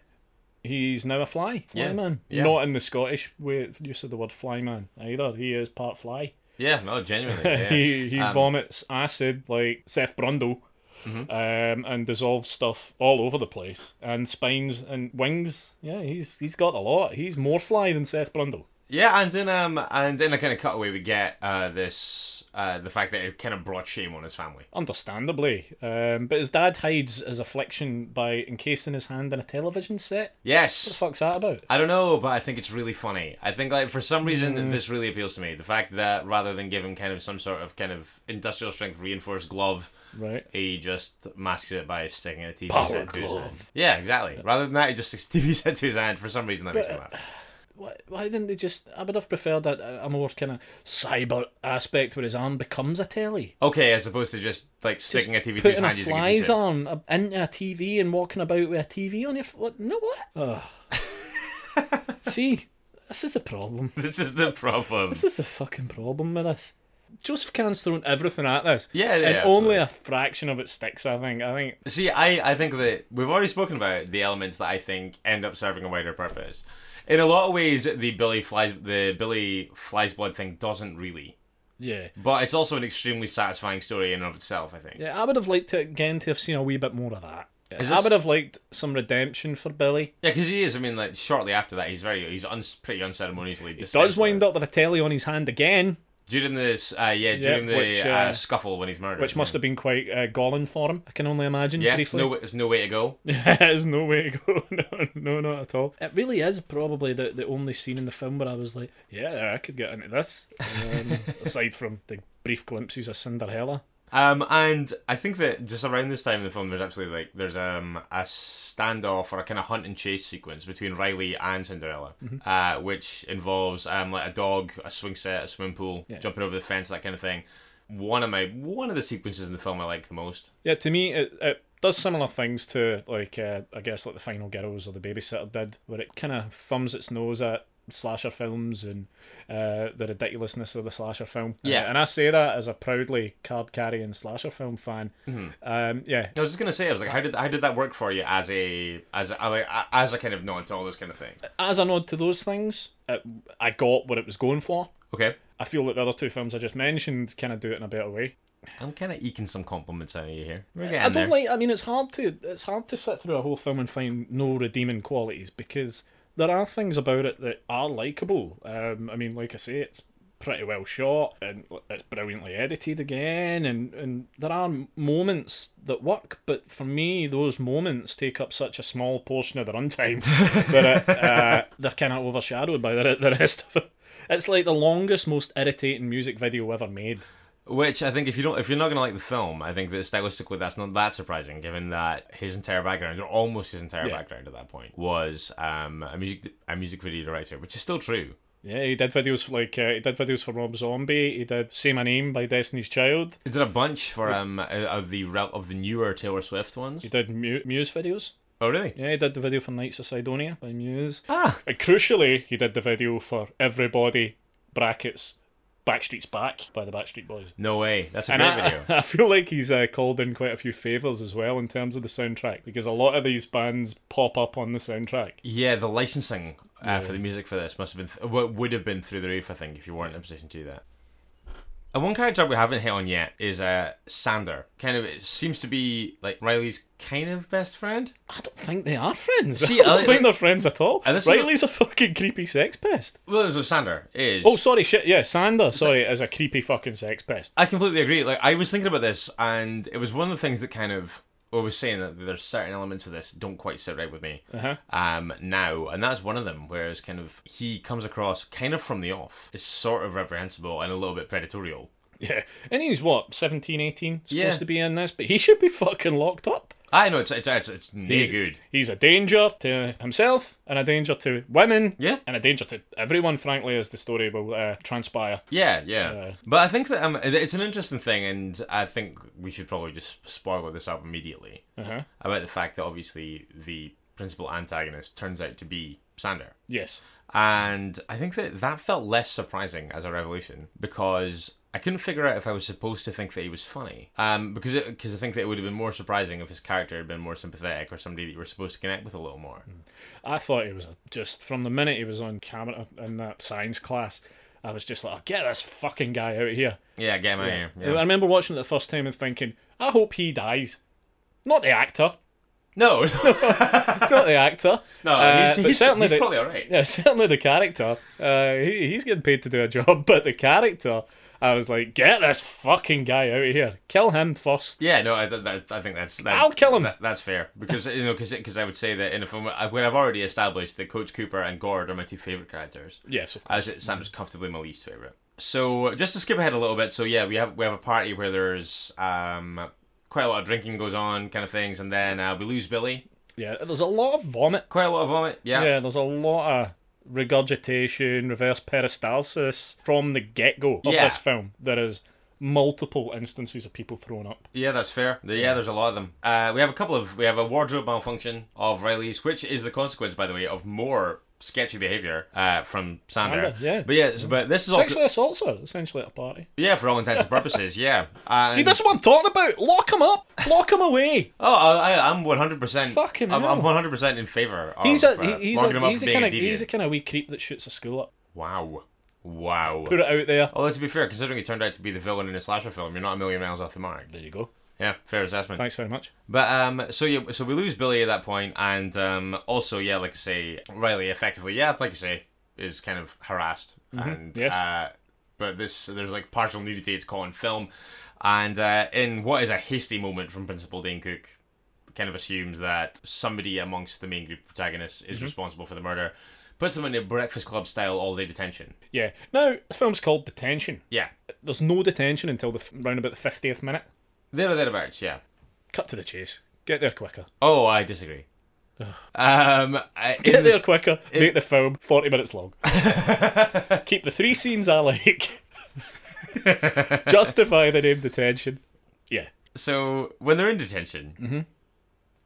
S1: he's now a fly. Fly
S2: Yeah.
S1: man.
S2: Yeah.
S1: Not in the Scottish way use of the word fly man either. He is part fly.
S2: yeah. No, genuinely. Yeah.
S1: he he
S2: Um, Mm-hmm.
S1: vomits acid like Seth Brundle. Um, and dissolves stuff all over the place, and spines and wings. Yeah, he's he's got a lot. He's more fly than Seth Brundle.
S2: Yeah, and then um, and then a kind of cutaway we get uh this uh the fact that it kind of brought shame on his family.
S1: Understandably, um, but his dad hides his affliction by encasing his hand in a television set.
S2: Yes.
S1: What the fuck's that about?
S2: I don't know, but I think it's really funny. I think like for some reason
S1: Mm.
S2: this really appeals to me. The fact that rather than give him kind of some sort of kind of industrial strength reinforced glove,
S1: Right.
S2: he just masks it by sticking a TV
S1: Power
S2: set to his
S1: glove.
S2: hand. Yeah, exactly. Rather than that, he just sticks a TV set to his hand. For some reason, that makes me laugh.
S1: Why, why didn't they just? I would have preferred a, a more kind of cyber aspect where his arm becomes a telly.
S2: Okay, as opposed to just like sticking a TV to his
S1: Putting a
S2: hand using a TV
S1: fly's
S2: set.
S1: arm up into a TV and walking about with a TV on your f- what? No what? Ugh. See, this is the problem.
S2: This is the problem.
S1: This is the fucking problem with this. Joseph Kahn's thrown everything at this.
S2: Yeah,
S1: and
S2: yeah,
S1: only a fraction of it sticks. I think. I think
S2: See, I, I think that we've already spoken about the elements that I think end up serving a wider purpose. In a lot of ways, the Billy flies the Billy flies blood thing doesn't really,
S1: yeah.
S2: but it's also an extremely satisfying story in and of itself. I think.
S1: Yeah, I would have liked to again to have seen a wee bit more of that. I
S2: this-
S1: would have liked some redemption for Billy.
S2: Yeah, because he is. I mean, like shortly after that, he's very he's un, pretty unceremoniously.
S1: Does wind up with a telly on his hand again.
S2: during this. Uh, yeah, during the
S1: which,
S2: uh,
S1: uh,
S2: scuffle when he's murdered,
S1: which must have been quite uh, galling for him. I can only imagine.
S2: Yeah, it's
S1: briefly.
S2: no, there's no way to go.
S1: there's no way to go. No, no, not at all. It really is probably the, the only scene in the film where I was like, yeah, I could get into this. Um, aside from the brief glimpses of Cinderella.
S2: Um, and I think that just around this time in the film, there's actually like there's um a standoff or a kind of hunt and chase sequence between Riley and Cinderella,
S1: Mm-hmm.
S2: uh, which involves um like a dog, a swing set, a swimming pool, jumping over the fence, that kind of thing. One of my one of the sequences in the film I like the most.
S1: Yeah, to me, it, it does similar things to like uh, I guess like the Final Girls or the Babysitter did, where it kind of thumbs its nose at slasher films and uh, the ridiculousness of the slasher film.
S2: Yeah.
S1: Uh, and I say that as a proudly card carrying slasher film fan.
S2: Mm-hmm.
S1: Um, yeah,
S2: I was just gonna say, I was like, how did how did that work for you as a as a, like, a- as a kind of nod to all those kind of things?
S1: as a nod to those things, it, I got what it was going for.
S2: Okay,
S1: I feel that the other two films I just mentioned kind of do it in a better way.
S2: I'm kind of eking some compliments out of you here. We're
S1: I
S2: getting
S1: don't
S2: there.
S1: like. I mean, it's hard to it's hard to sit through a whole film and find no redeeming qualities because there are things about it that are likable. Um, I mean, like I say, it's pretty well shot and it's brilliantly edited again, and and there are moments that work. But for me, those moments take up such a small portion of the runtime that it, uh, they're kind of overshadowed by the, the rest of it. It's like the longest, most irritating music video ever made.
S2: Which I think if you don't, if you're not gonna like the film, I think that stylistically that's not that surprising, given that his entire background, or almost his entire
S1: Yeah.
S2: background at that point, was um, a music a music video director, which is still true.
S1: Yeah, he did videos for like uh, he did videos for Rob Zombie. He did "Say My Name" by Destiny's Child.
S2: He did a bunch for um of the rel- of the newer Taylor Swift ones.
S1: He did Mu- Muse videos.
S2: Oh really?
S1: Yeah, he did the video for Knights of Sidonia by Muse.
S2: Ah,
S1: And crucially, he did the video for Everybody brackets Backstreet's Back by the Backstreet Boys.
S2: no way. That's a
S1: And
S2: great
S1: I,
S2: video.
S1: I feel like he's uh, called in quite a few favors as well in terms of the soundtrack because a lot of these bands pop up on the soundtrack.
S2: Yeah, the licensing uh, for the music for this must have been th- w- would have been through the roof. I think if you weren't in a position to do that. And one character we haven't hit on yet is uh, Sander. Kind of it seems to be like Riley's kind of best friend.
S1: I don't think they are friends.
S2: See,
S1: I don't
S2: I-
S1: think they're friends at all.
S2: And this is a-
S1: Riley's a fucking creepy sex pest.
S2: Well, so Sander is.
S1: Oh, sorry, shit. Yeah, Sander, sorry, is a creepy fucking sex pest.
S2: I completely agree. Like I was thinking about this, and it was one of the things that kind of well, I was saying that there's certain elements of this don't quite sit right with me
S1: Uh-huh.
S2: um, now, and that's one of them. Whereas kind of he comes across kind of from the off, is sort of reprehensible and a little bit predatorial.
S1: Yeah. And he's what, 17, 18? Supposed
S2: Yeah.
S1: to be in this, but he should be fucking locked up.
S2: I know it's it's it's, it's nae
S1: He's-
S2: good.
S1: He's a danger to himself and a danger to women.
S2: Yeah.
S1: And a danger to everyone, frankly, as the story will uh, transpire.
S2: Yeah, yeah. but I think that um, it's an interesting thing, and I think we should probably just spoil this up immediately
S1: Uh-huh.
S2: about the fact that obviously the principal antagonist turns out to be Sander.
S1: Yes.
S2: And I think that that felt less surprising as a revolution because I couldn't figure out if I was supposed to think that he was funny. Um, because because I think that it would have been more surprising if his character had been more sympathetic or somebody that you were supposed to connect with a little more.
S1: Mm. I thought he was a, just from the minute he was on camera in that science class. I was just like, "Oh, get this fucking guy out of here.
S2: Yeah, get my yeah.
S1: I remember watching it the first time and thinking, I hope he dies. Not the actor.
S2: No, no,
S1: Not the actor.
S2: no
S1: Uh,
S2: he's,
S1: but
S2: he's,
S1: certainly
S2: he's
S1: the-
S2: probably all right.
S1: Yeah, certainly the character. Uh, he, he's getting paid to do a job, but the character, I was like, get this fucking guy out of here. Kill him first.
S2: Yeah, no, I, th- that, I think that's. That,
S1: I'll kill him.
S2: that- that's fair because you know because I would say that in a film where I've already established that Coach Cooper and Gord are my two favorite characters.
S1: Yes, of course.
S2: I was at Sandra's comfortably my least favorite. So just to skip ahead a little bit, so yeah, we have we have a party where there's um quite a lot of drinking goes on, kind of things, and then uh, we lose Billy.
S1: Yeah, there's a lot of vomit.
S2: Quite a lot of vomit. Yeah.
S1: Yeah, there's a lot of regurgitation, reverse peristalsis from the get go of
S2: Yeah.
S1: this film. There is multiple instances of people thrown up.
S2: Yeah, that's fair. The- Yeah, there's a lot of them. Uh, we have a couple of we have a wardrobe malfunction of Riley's, which is the consequence, by the way, of more sketchy behavior uh, from Sandra.
S1: Sandra, yeah.
S2: But yeah, so- but this is all
S1: Sexually assaults her, essentially, at a party.
S2: yeah for all intents and purposes. Yeah. Uh, And,
S1: See, this is what I'm talking about. Lock him up. Lock him away.
S2: Oh, I, I- I'm 100. percent
S1: Fucking
S2: I'm,
S1: hell.
S2: I'm 100 percent in favor. Of,
S1: He's
S2: uh,
S1: a he- he's
S2: locking him up
S1: a, he's
S2: for
S1: a
S2: being
S1: kind of he's
S2: deviant.
S1: a kind of wee creep that shoots a school up.
S2: Wow. Wow.
S1: Put it out there.
S2: Although, to be fair, considering he turned out to be the villain in a slasher film, you're not a million miles off the mark.
S1: There you go.
S2: Yeah, fair assessment.
S1: Thanks very much.
S2: But um, so yeah, so we lose Billy at that point, and um, also yeah, like I say, Riley effectively, yeah, like I say, is kind of harassed, and
S1: Mm-hmm. yes.
S2: uh, but this there's like partial nudity. It's caught in film, and uh, in what is a hasty moment from Principal Dane Cook, kind of assumes that somebody amongst the main group of protagonists is
S1: Mm-hmm.
S2: responsible for the murder, puts them in a Breakfast Club style all day detention.
S1: Yeah. Now the film's called Detention.
S2: Yeah,
S1: There's no detention until the f- round about the fiftieth minute.
S2: there or thereabouts. Yeah.
S1: Cut to the chase. Get there quicker.
S2: Oh, I disagree. Um, I, in
S1: Get
S2: this-
S1: there quicker. Make the film forty minutes long. Keep the three scenes I like. Justify the name Detention. Yeah.
S2: so when they're in detention
S1: Mm-hmm.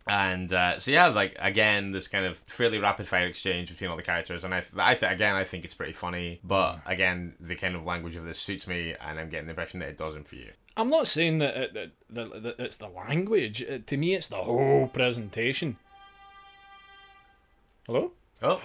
S2: and uh, so yeah like again this kind of fairly rapid fire exchange between all the characters and i, th- I th- again i think it's pretty funny
S1: Mm.
S2: but again the kind of language of this suits me and i'm getting the impression that it doesn't for you
S1: I'm not saying that, it, that, that, that it's the language. Uh, to me, it's the whole presentation. Hello.
S2: oh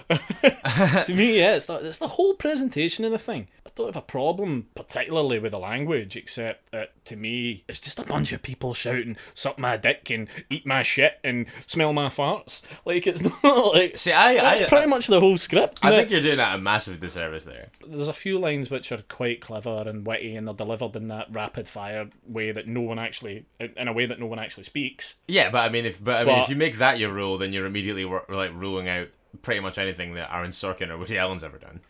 S1: to me, yeah, it's the, it's the whole presentation of the thing. I don't have a problem particularly with the language, except that to me, it's just a bunch of people shouting, suck my dick and eat my shit and smell my farts. Like, it's not like.
S2: see i
S1: That's
S2: I,
S1: pretty much the whole script.
S2: I
S1: Now,
S2: think you're doing that a massive disservice there
S1: there's a few lines which are quite clever and witty, and they're delivered in that rapid fire way that no one actually, in a way that no one actually speaks.
S2: yeah but i mean if but i mean if
S1: But-
S2: you make that your rule then you're immediately wor- like ruling out pretty much anything that aaron sorkin or woody allen's ever done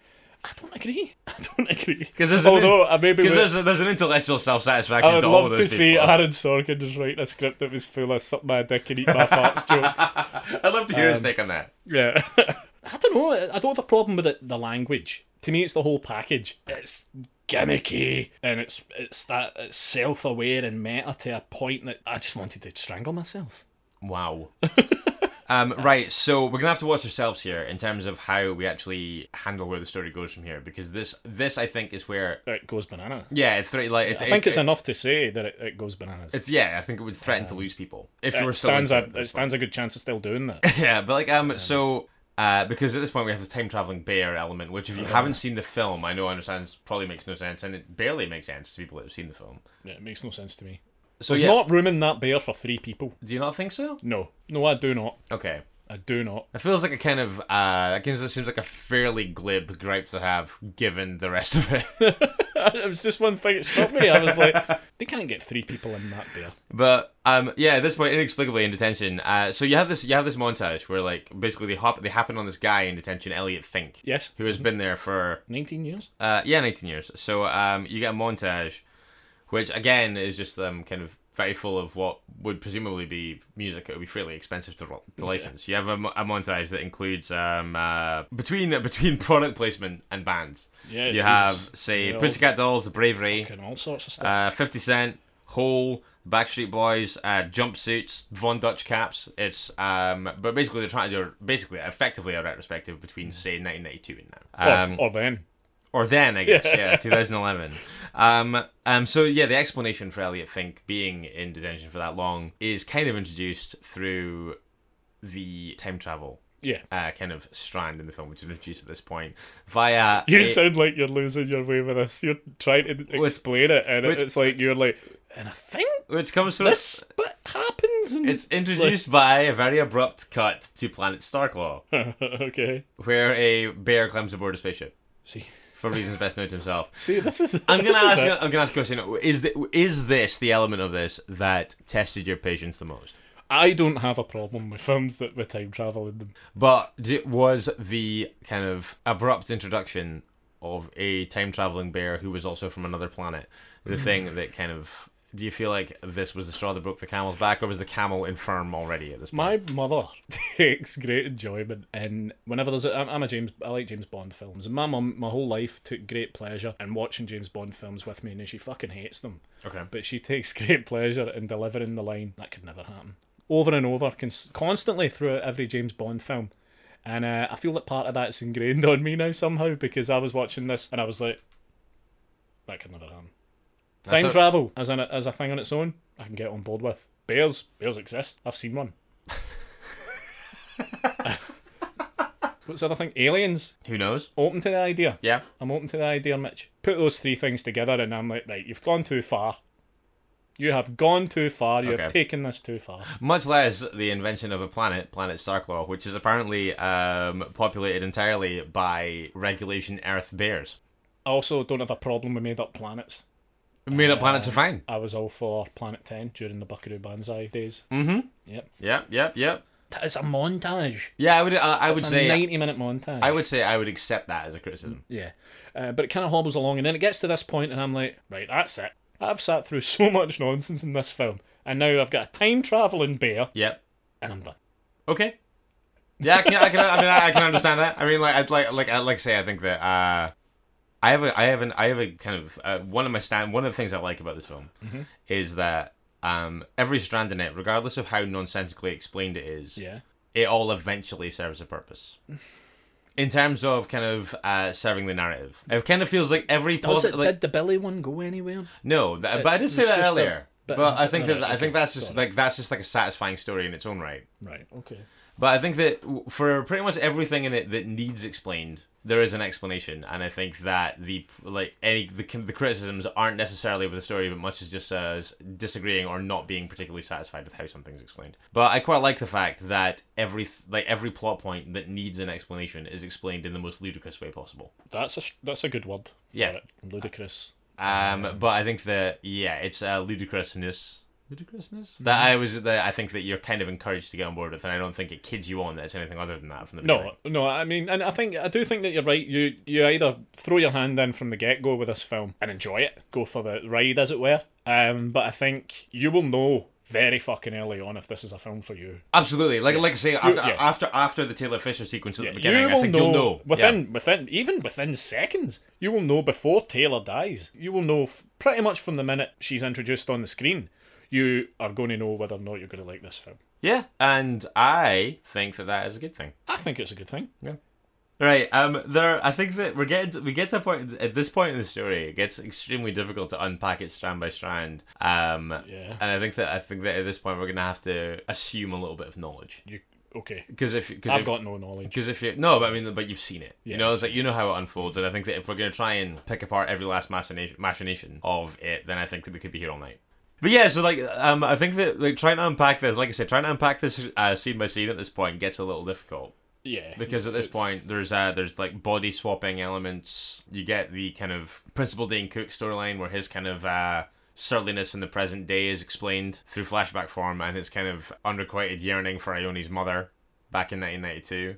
S1: I don't agree. I don't agree.
S2: 'Cause there's an-
S1: although I maybe
S2: because
S1: would-
S2: there's, there's an intellectual self-satisfaction
S1: I would
S2: to all of
S1: love to
S2: those people
S1: see Aaron Sorkin just writing a script that was full of suck my dick and eat my farts jokes.
S2: i'd love to hear his take on that
S1: Yeah. I don't know. I don't have a problem with it, the language. to me, it's the whole package. It's gimmicky and it's it's that it's self-aware and meta to a point that I just wanted to strangle myself.
S2: Wow. um, right, so we're gonna have to watch ourselves here in terms of how we actually handle where the story goes from here, because this this I think is where
S1: It goes banana.
S2: yeah, it's thre- like it,
S1: I think
S2: it-
S1: it's
S2: it-
S1: enough to say that it, it goes bananas. It,
S2: if- yeah, I think it would threaten to lose people if you were still
S1: stands
S2: into
S1: a
S2: it.
S1: Um, it stands a good chance of still doing that.
S2: yeah, but like um so. Uh, because at this point we have the time traveling bear element, which if you haven't seen the film, I know understands probably makes no sense, and it barely makes sense to people that have seen the film.
S1: Yeah, it makes no sense to me.
S2: So
S1: There's
S2: yeah,
S1: not room in that bear for three people.
S2: do you not think so?
S1: No, no, I do not.
S2: Okay,
S1: I do not.
S2: It feels like a kind of uh, that gives- it seems like a fairly glib gripe to have, given the rest of it.
S1: it was just one thing that struck me. I was like, they can't get three people in that bear.
S2: but um, yeah, at this point, inexplicably in detention. Uh, so you have this you have this montage where like basically they hop they happen on this guy in detention, Elliot Fink,
S1: Yes,
S2: who has been there for
S1: 19 years.
S2: uh, yeah, 19 years. So um, you get a montage, which again is just um, kind of very full of what would presumably be music that would be fairly expensive to, ro- to license. You have a, mo- a montage that includes um, uh, between between product placement and bands.
S1: Yeah,
S2: you
S1: Jesus.
S2: have say
S1: Yeah, all-
S2: Pussycat Dolls, The Bravery,
S1: And all sorts of stuff.
S2: uh, 50 Cent, Hole. Backstreet Boys, uh, jumpsuits, Von Dutch caps. It's um, but basically they're trying to do basically effectively a retrospective
S1: Mm.
S2: between say 1992 and
S1: Or-
S2: now. Um,
S1: or then.
S2: or then I guess yeah, 2011. Um, um, so yeah, the explanation for Elliot Fink being in detention for that long is kind of introduced through the time travel.
S1: Yeah.
S2: Uh, kind of strand in the film, which is introduced at this point via
S1: You
S2: a-
S1: sound like you're losing your way with this. You're trying to
S2: Which-
S1: explain it, and
S2: which-
S1: it's like you're like, and I think
S2: which comes from
S1: this bit happens. And
S2: It's introduced by a very abrupt cut to Planet Starklaw,
S1: okay.
S2: where a bear climbs aboard a spaceship
S1: See,
S2: for reasons best known to himself.
S1: see, this is.
S2: I'm gonna
S1: this is
S2: ask.
S1: it.
S2: I'm gonna ask a question. Is the, is this the element of this that tested your patience the most?
S1: I don't have a problem with films that with time travel in them.
S2: But d- was the kind of abrupt introduction of a time traveling bear who was also from another planet
S1: Hmm.
S2: the thing that kind of. Do you feel like this was the straw that broke the camel's back, or was the camel infirm already at this point?
S1: My mother takes great enjoyment in whenever there's a. I'm, I'm a James. I like James Bond films, and my mum, my whole life took great pleasure in watching James Bond films with me, and she fucking hates them.
S2: okay.
S1: but she takes great pleasure in delivering the line that could never happen over and over cons- constantly throughout every james bond film and uh, i feel that part of that's ingrained on me now somehow because i was watching this and i was like that could never happen
S2: That's
S1: time
S2: a-
S1: travel as, an, as a thing on its own i can get on board with bears bears exist i've seen one what's the other thing aliens
S2: Who knows?
S1: open to the idea
S2: Yeah.
S1: I'm open to the idea, Mitch. Put those three things together, and I'm like, right, you've gone too far. You have gone too far. You
S2: Okay.
S1: have taken this too far.
S2: Much less the invention of a planet, Planet Starklaw, which is apparently um, populated entirely by regulation Earth bears.
S1: I also don't have a problem with made up planets.
S2: Made up planets are fine.
S1: I was all for Planet 10 during the Buckaroo Banzai days.
S2: Mm-hmm.
S1: Yep.
S2: Yep. Yep. Yep.
S1: T- It's a montage.
S2: Yeah, I would. uh, I, I would
S1: It's
S2: say.
S1: a 90 minute montage.
S2: I would say I would accept that as a criticism.
S1: Yeah. Uh, but it kind of hobbles along, and then it gets to this point, and I'm like, right, that's it. I've sat through so much nonsense in this film, and now I've got a time traveling bear,
S2: Yep.
S1: and I'm done.
S2: Okay. Yeah, I can, I can. I mean, I, I can understand that. I mean, like, I'd like, like, I like I say, I think that uh, I have a, I have an, I have a kind of uh, one of my stand, one of the things I like about this film is that um, every strand in it, regardless of how nonsensically explained it is,
S1: Yeah.
S2: it all eventually serves a purpose. In terms of kind of uh, serving the narrative, it kind of feels like every
S1: Does
S2: posi-
S1: it,
S2: like,
S1: did the Billy one go anywhere?
S2: No, th- but I did
S1: it
S2: say
S1: was
S2: that
S1: just a
S2: earlier.
S1: bit-
S2: but I think
S1: no,
S2: that
S1: no,
S2: I think
S1: okay,
S2: that's just
S1: sorry.
S2: like that's just like a satisfying story in its own right.
S1: Right, okay.
S2: But I think that w- for pretty much everything in it that needs explained, there is an explanation, and I think that the like any the, c- the criticisms aren't necessarily with the story, but much as just as disagreeing or not being particularly satisfied with how something's explained. But I quite like the fact that every th- like every plot point that needs an explanation is explained in the most ludicrous way possible.
S1: That's a sh- that's a good word. for
S2: Yeah.
S1: it. ludicrous.
S2: Um, but I think that yeah, it's uh, ludicrousness. Ludicrousness. That I was that I think that you're kind of encouraged to get on board with, and I don't think it kids you on that it's anything other than that from the beginning.
S1: No, no. I mean, and I think I do think that you're right. You you either throw your hand in from the get go with this film and enjoy it, go for the ride as it were. Um, but I think you will know very fucking early on if this is a film for you.
S2: Absolutely. Like like I say, after
S1: yeah.
S2: after, after the Taylor Fisher sequence at the
S1: You
S2: beginning, I
S1: will
S2: think
S1: know,
S2: you'll know.
S1: within within even within seconds. You will know before Taylor dies. You will know f- pretty much from the minute she's introduced on the screen. You are going to know whether or not you're going to like this film.
S2: yeah. yeah. And I think that that is a good thing.
S1: I think it's a good thing.
S2: Right. Um. There. I think that we're getting. We get to a point at this point in the story. It gets extremely difficult to unpack it strand by strand. Um.
S1: Yeah.
S2: And I think that I think that at this point we're gonna have to assume a little bit of knowledge
S1: You okay?
S2: because if because
S1: I've
S2: if,
S1: got no knowledge.
S2: Because if you no, but I mean, but you've seen it.
S1: Yeah,
S2: you know,
S1: I've
S2: it's like you know how it unfolds, and I think that if we're gonna try and pick apart every last machination, machination of it, then I think that we could be here all night. But yeah, so like, um, I think that like trying to unpack this, like I said, trying to unpack this uh, scene by scene at this point gets a little difficult
S1: Yeah.
S2: because at this
S1: It's-
S2: point there's uh there's like body swapping elements. You get the kind of Principal Dane Cook storyline where his kind of uh surliness in the present day is explained through flashback form and his kind of unrequited yearning for Ione's mother back in 1992.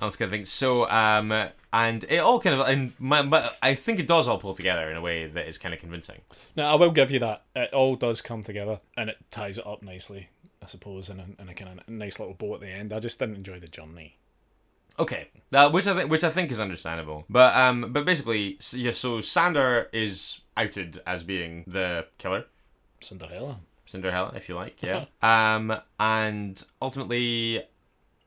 S2: And That's kind of thing. So, um, and it all kind of, and my, my, I think it does all pull together in a way that is kind of convincing.
S1: Now I will give you that. It all does come together and it ties it up nicely, I suppose, in a, in a kind of nice little bow at the end. I just didn't enjoy the journey.
S2: Okay, uh, which I think which I think is understandable, but um, but basically, s- yeah. So Sander is outed as being the killer.
S1: Cinderella.
S2: Cinderella, if you like, yeah. um, and ultimately,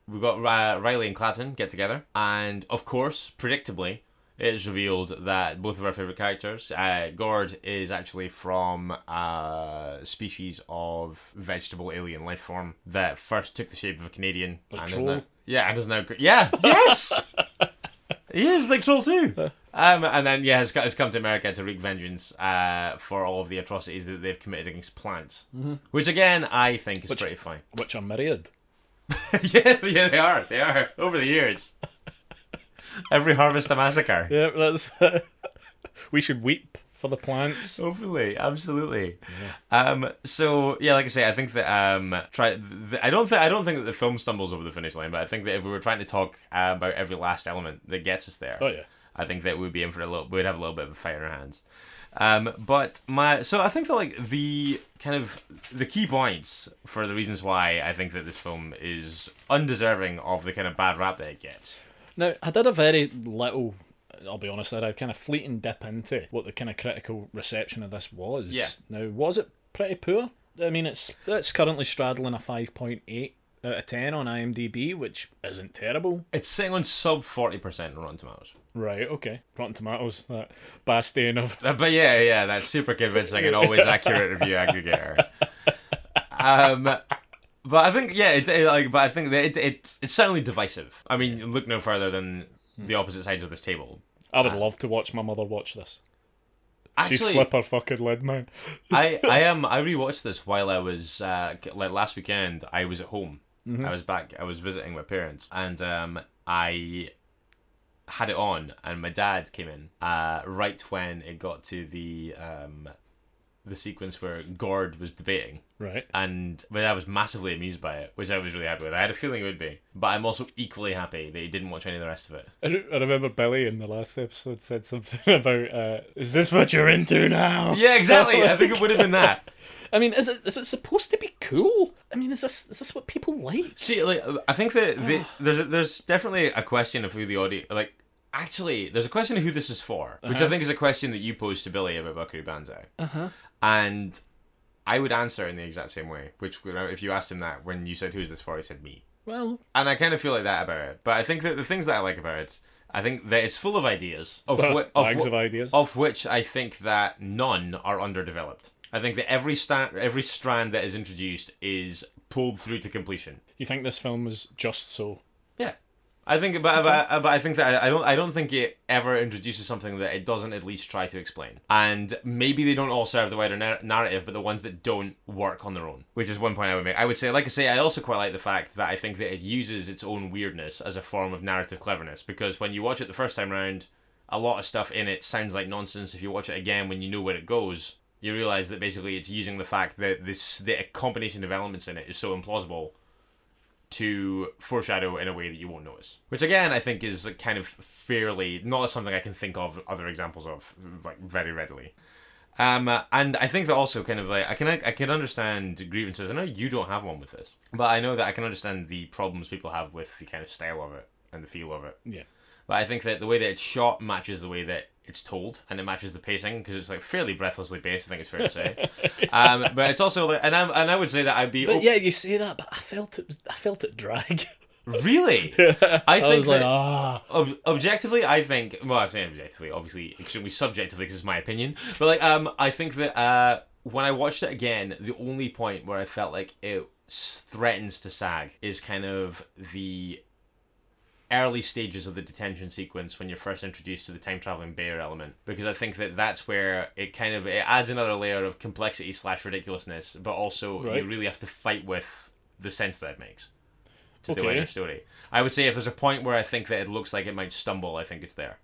S2: we've got uh, Riley and Clapton get together, and of course, predictably, it is revealed that both of our favorite characters, uh, Gord, is actually from a species of vegetable alien life form that first took the shape of a Canadian,
S1: Like
S2: and
S1: troll?
S2: is now yeah, and is now yeah, yes, he is like troll too. Um, and then yeah, has, has come to America to wreak vengeance uh, for all of the atrocities that they've committed against plants, mm-hmm. which again I think is pretty funny.
S1: which are myriad.
S2: yeah, yeah, they are. They are over the years. Every harvest a massacre.
S1: Yeah, that's. we should weep for the plants.
S2: Hopefully, absolutely. Um, so yeah, like I say, I think that um, try. Th- I don't think I don't think that the film stumbles over the finish line, but I think that if we were trying to talk uh, about every last element that gets us there,
S1: Oh yeah,
S2: I think that we'd be in for a little. We'd have a little bit of a fight in our hands. Um, but my so I think that like the kind of the key points for the reasons why I think that this film is undeserving of the kind of bad rap that it gets.
S1: Now, I did a very little, I'll be honest, I did a kind of fleeting dip into what the kind of critical reception of this was.
S2: Yeah.
S1: Now, was it pretty poor? I mean, it's it's currently straddling a 5.8 out of 10 on IMDb, which isn't terrible.
S2: It's sitting on sub forty percent on Rotten Tomatoes.
S1: Right, okay. Rotten Tomatoes, that bastion of.
S2: Uh, But yeah, yeah, that's super convincing and always accurate review aggregator. Um, but I think yeah, it, it, like, but I think that it, it it's certainly divisive. I mean, look no further than the opposite sides of this table.
S1: I would love to watch my mother watch this. She'd
S2: Ah. Actually,
S1: flip her fucking lid, man.
S2: I I am I rewatched this while I was uh, c- like last weekend. I was at home. I was back. I was visiting my parents, and um, I had it on, and my dad came in uh, right when it got to the um, the sequence where Gord was debating.
S1: Right.
S2: And but I was massively amused by it, which I was really happy with. I had a feeling it would be, but I'm also equally happy that he didn't watch any of the rest of it.
S1: I re- I remember Billy in the last episode said something about, uh, is this what you're into now?
S2: Yeah, exactly. I think it would have been that.
S1: I mean, is it is it supposed to be cool? I mean, is this is this what people like?
S2: See, like I think that the, there's there's definitely a question of who the audience like. Actually, there's a question of who this is for, which I think is a question that you posed to Billy about Buckaroo Banzai,
S1: Uh-huh.
S2: and I would answer in the exact same way. Which you know, if you asked him that when you said who is this for, he said me,
S1: Well,
S2: and I kind of feel like that about it. But I think that the things that I like about it, I think that it's full of ideas of what of,
S1: bags
S2: whi-
S1: of ideas.
S2: of which I think that none are underdeveloped. I think that every sta- every strand that is introduced is pulled through to completion.
S1: You think this film was just so?
S2: Yeah, I think, but, but, but I think that I don't. I don't think it ever introduces something that it doesn't at least try to explain. And maybe they don't all serve the wider nar- narrative, but the ones that don't work on their own, which is one point I would make. I would say, like I say, I also quite like the fact that I think that it uses its own weirdness as a form of narrative cleverness because when you watch it the first time round, a lot of stuff in it sounds like nonsense. If you watch it again, when you know where it goes. You realize that basically it's using the fact that this the combination of elements in it is so implausible to foreshadow in a way that you won't notice. Which again, I think is kind of fairly not something I can think of other examples of like very readily. Um, and I think that also kind of like I can I, can understand grievances. I know you don't have one with this, but I know that I can understand the problems people have with the kind of style of it and the feel of it.
S1: Yeah.
S2: But I think that the way that it's shot matches the way that it's told, and it matches the pacing because it's like fairly breathlessly paced. I think it's fair to say. um, but it's also like, and I'm, and I would say that I'd be
S1: But
S2: oh,
S1: yeah, you say that, but I felt it. I felt it drag.
S2: really. I
S1: I,
S2: think
S1: was like,
S2: that-
S1: ah,
S2: Ob- objectively, I think. Well, I say objectively, obviously, extremely subjectively, because it's my opinion. But like, um, I think that uh, when I watched it again, the only point where I felt like it s- threatens to sag is kind of the early stages of the detention sequence when you're first introduced to the time traveling bear element because i think that that's where it kind of it adds another layer of complexity slash ridiculousness but also
S1: Right.
S2: you really have to fight with the sense that it makes to the
S1: Okay.
S2: wider story. I would say if there's a point where I think that it looks like it might stumble, I think it's there.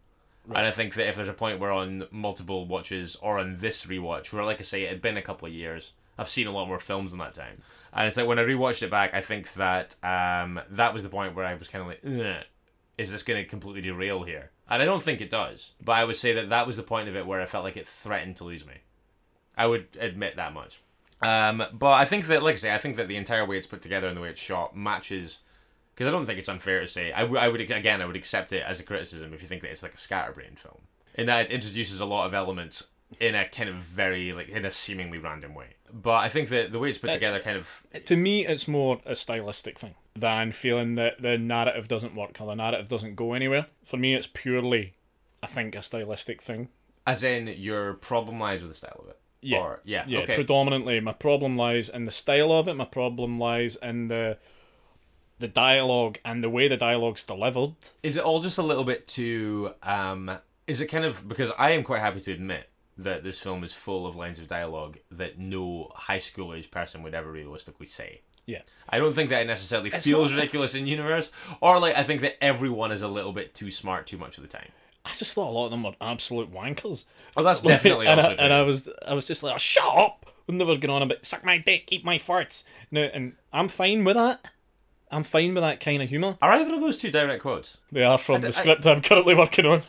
S2: And I think that if there's a point where on multiple watches or on this rewatch, where like I say, it had been a couple of years, I've seen a lot more films in that time, and it's like when I rewatched it back, I think that um, that was the point where I was kind of like, "Ugh, is this going to completely derail here? And I don't think it does, but I would say that that was the point of it where I felt like it threatened to lose me. I would admit that much. Um, but I think that, like I say, I think that the entire way it's put together and the way it's shot matches. Because I don't think it's unfair to say. I, w- I would again, I would accept it as a criticism if you think that it's like a scatterbrain film, in that it introduces a lot of elements in a kind of very like in a seemingly random way. But I think that the way it's put
S1: It's-
S2: together kind of
S1: to me, it's more a stylistic thing than feeling that the narrative doesn't work or the narrative doesn't go anywhere. For me, it's purely, I think, a stylistic thing.
S2: as in you're problemized with the style of it.
S1: Yeah.
S2: Or, yeah.
S1: Yeah,
S2: okay.
S1: predominantly. My problem lies in the style of it. My problem lies in the the dialogue and the way the dialogue's delivered.
S2: Is it all just a little bit too? Um, is it kind of because I am quite happy to admit that this film is full of lines of dialogue that no high school age person would ever realistically say.
S1: Yeah,
S2: I don't think that it necessarily feels
S1: not-
S2: ridiculous in universe, or like I think that everyone is a little bit too smart too much of the time.
S1: I just thought a lot of them were absolute wankers.
S2: Oh, that's definitely
S1: and,
S2: also
S1: I,
S2: true.
S1: and I was I was just like, oh, shut up when they were going on about suck my dick, eat my farts. No, and I'm fine with that. I'm fine with that kind of humour.
S2: Are either of those two direct quotes?
S1: They are from the script I, am currently working on.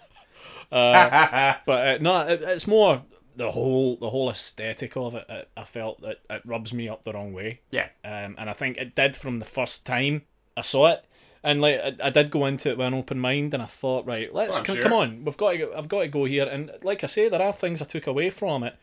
S1: Uh, but uh, no, it, it's more the whole the whole aesthetic of it. it I felt that it rubs me up the wrong way,
S2: Yeah.
S1: um, and I think it did from the first time I saw it. And like I, I did go into it with an open mind, and I thought, right, let's
S2: Well, I'm
S1: c-
S2: sure.
S1: come on, we've got to, go- I've got to go here. And like I say, there are things I took away from it,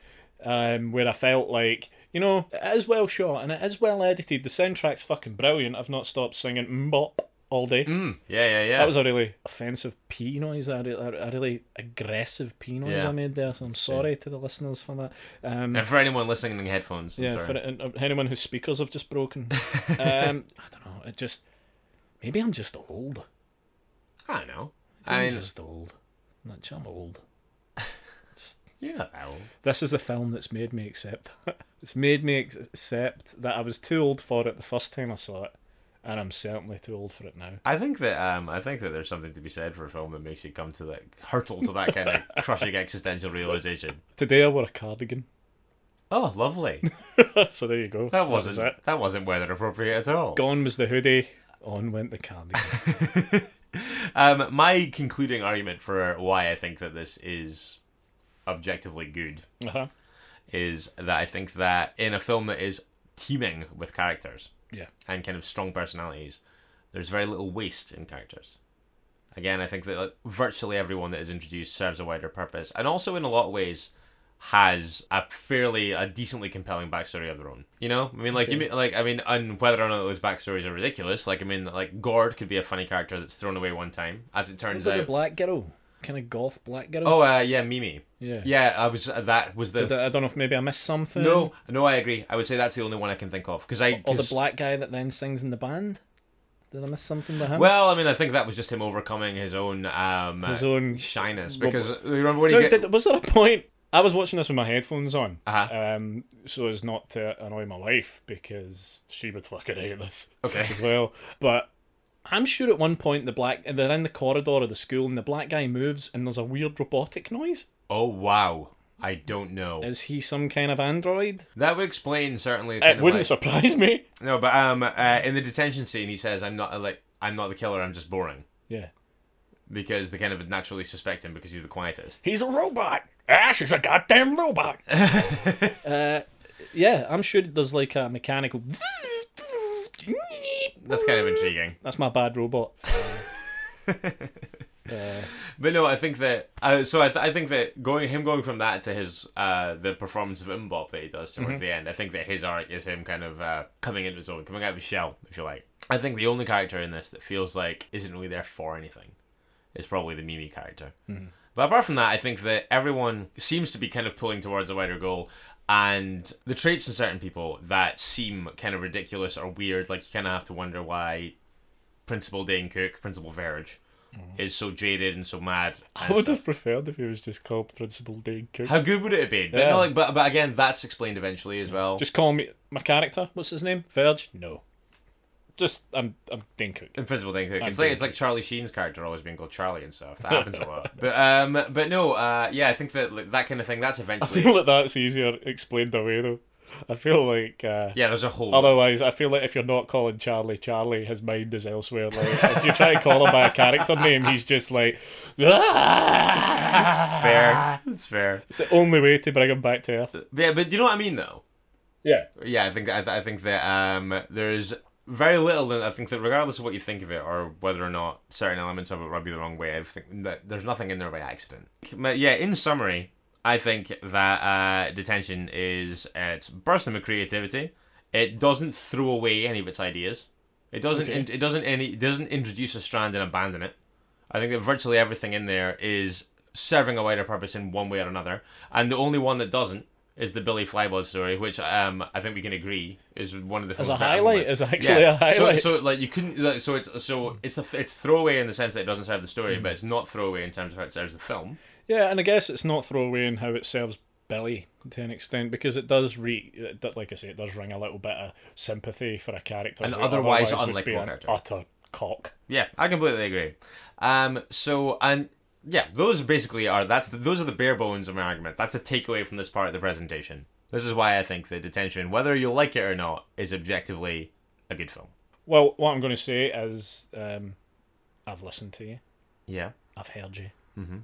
S1: um, where I felt like you know it is well shot and it is well edited. The soundtrack's fucking brilliant. I've not stopped singing mbop all day.
S2: Mm, yeah, yeah, yeah.
S1: That was a really offensive P noise, a, re- a really aggressive P noise
S2: Yeah.
S1: I made there. So I'm sorry to the listeners for that. Um,
S2: and for anyone listening in headphones, I'm
S1: yeah,
S2: sorry.
S1: for an- uh, anyone whose speakers have just broken. um, I don't know. It just maybe I'm just old.
S2: I don't know.
S1: I'm
S2: I mean,
S1: just old. I'm not- I'm old.
S2: you're not that old.
S1: This is the film that's made me accept. it's made me ex- accept that I was too old for it the first time I saw it, and I'm certainly too old for it now.
S2: I think that um, I think that there's something to be said for a film that makes you come to that hurtle to that kind of crushing existential realization.
S1: Today I wore a cardigan,
S2: Oh, lovely!
S1: so there you go.
S2: That
S1: was
S2: wasn't
S1: it.
S2: that wasn't weather appropriate at all.
S1: Gone was the hoodie. On went the cardigan.
S2: Um, my concluding argument for why I think that this is objectively good
S1: uh-huh.
S2: is that I think that in a film that is teeming with characters
S1: Yeah.
S2: and kind of strong personalities, there's very little waste in characters. Again, I think that like, virtually everyone that is introduced serves a wider purpose, and also in a lot of ways has a fairly a decently compelling backstory of their own. You know, I mean, like you mean, like I mean, and whether or not those backstories are ridiculous, like I mean, like Gord could be a funny character that's thrown away one time, as it turns
S1: It's like a
S2: out.
S1: black girl, kind of goth black girl.
S2: Oh, uh, yeah, Mimi.
S1: yeah.
S2: Yeah, I was. that was the.
S1: I don't- I don't know if maybe I missed something.
S2: no, no, I agree. I would say that's the only one I can think of because I.
S1: Or the
S2: 'cause-
S1: black guy that then sings in the band. Did I miss something by him?
S2: Well, I mean, I think that was just him overcoming his own um,
S1: His
S2: uh,
S1: own-
S2: shyness because uh, remember when he
S1: no,
S2: get-
S1: did, was there a point? I was watching this with my headphones on,
S2: Uh-huh.
S1: um, so as not to annoy my wife because she would fucking hate this
S2: okay.
S1: as well. But I'm sure at one point the black they're in the corridor of the school and the black guy moves and there's a weird robotic noise.
S2: Oh wow, I don't know.
S1: Is he some kind of android?
S2: That would explain certainly. kind
S1: It
S2: of
S1: wouldn't
S2: like-
S1: surprise me.
S2: no, but um, uh, in the detention scene, he says, "I'm not uh, like I'm not the killer. I'm just boring."
S1: Yeah.
S2: because they kind of naturally suspect him because he's the quietest.
S1: He's a robot. Ash is a goddamn robot. uh, yeah, I'm sure there's like a mechanical.
S2: That's kind of intriguing.
S1: That's my bad robot.
S2: But no, I think that uh, so I, th- I think that going him going from that to his uh, the performance of Mbop that he does towards the end, I think that his arc is him kind of uh, coming into his own, coming out of his shell, if you like. I think the only character in this that feels like isn't really there for anything is probably the Mimi character.
S1: Mm-hmm.
S2: But apart from that, I think that everyone seems to be kind of pulling towards a wider goal. And the traits in certain people that seem kind of ridiculous or weird, like you kind of have to wonder why Principal Dane Cook, Principal Verge,
S1: Mm-hmm.
S2: is so jaded and so mad.
S1: I
S2: and
S1: would
S2: stuff.
S1: have preferred if he was just called Principal Dane Cook.
S2: How good would it have been? But,
S1: Yeah.
S2: no, like, but, but again, that's explained eventually as well.
S1: Just call me my character. What's his name? Verge. No. Just I'm I'm Dane Cook.
S2: In principle, Dane Cook. It's
S1: I'm
S2: like it's like Charlie Sheen's character always being called Charlie and stuff. That happens a lot. But um, but no, uh, yeah, I think that like, that kind of thing. That's
S1: I feel
S2: eventually.
S1: like that's easier explained away though. I feel like uh,
S2: Yeah, there's a whole.
S1: Otherwise, I feel like if you're not calling Charlie Charlie, his mind is elsewhere. Like if you try to call him by a character name, he's just like, "Ah!"
S2: fair. It's fair.
S1: it's the only way to bring him back to earth.
S2: Yeah, but you know what I mean though.
S1: Yeah,
S2: Yeah, I think I, th- I think that um, there's very little. that I think that regardless of what you think of it or whether or not certain elements of it rub you the wrong way, I think that there's nothing in there by accident. But yeah, in summary, I think that uh, detention is uh, it's bursting with creativity. It doesn't throw away any of its ideas. It doesn't.
S1: Okay.
S2: in- it doesn't. Any. It doesn't introduce a strand and abandon it. I think that virtually everything in there is serving a wider purpose in one way or another, and the only one that doesn't is the Billy Flyblood story, which um I think we can agree is one of the
S1: as a
S2: film's better
S1: highlight,
S2: moments.
S1: as actually a highlight.
S2: So, so like you couldn't. Like, so it's so it's a, it's throwaway in the sense that it doesn't serve the story,
S1: Mm.
S2: but it's not throwaway in terms of how it serves the film.
S1: yeah, and I guess it's not throwaway in how it serves Billy to an extent because it does re, it do- like I say, it does ring a little bit of sympathy for a character,
S2: An
S1: who
S2: otherwise
S1: would be
S2: unlikable
S1: an
S2: character.
S1: utter cock.
S2: Yeah, I completely agree. Um, so and yeah, those basically are that's the, those are the bare bones of my argument. That's the takeaway from this part of the presentation. This is why I think the detention, whether you like it or not, is objectively a good film.
S1: Well, what I'm going to say is, um, I've listened to you.
S2: Yeah.
S1: I've heard you. Mm-hmm.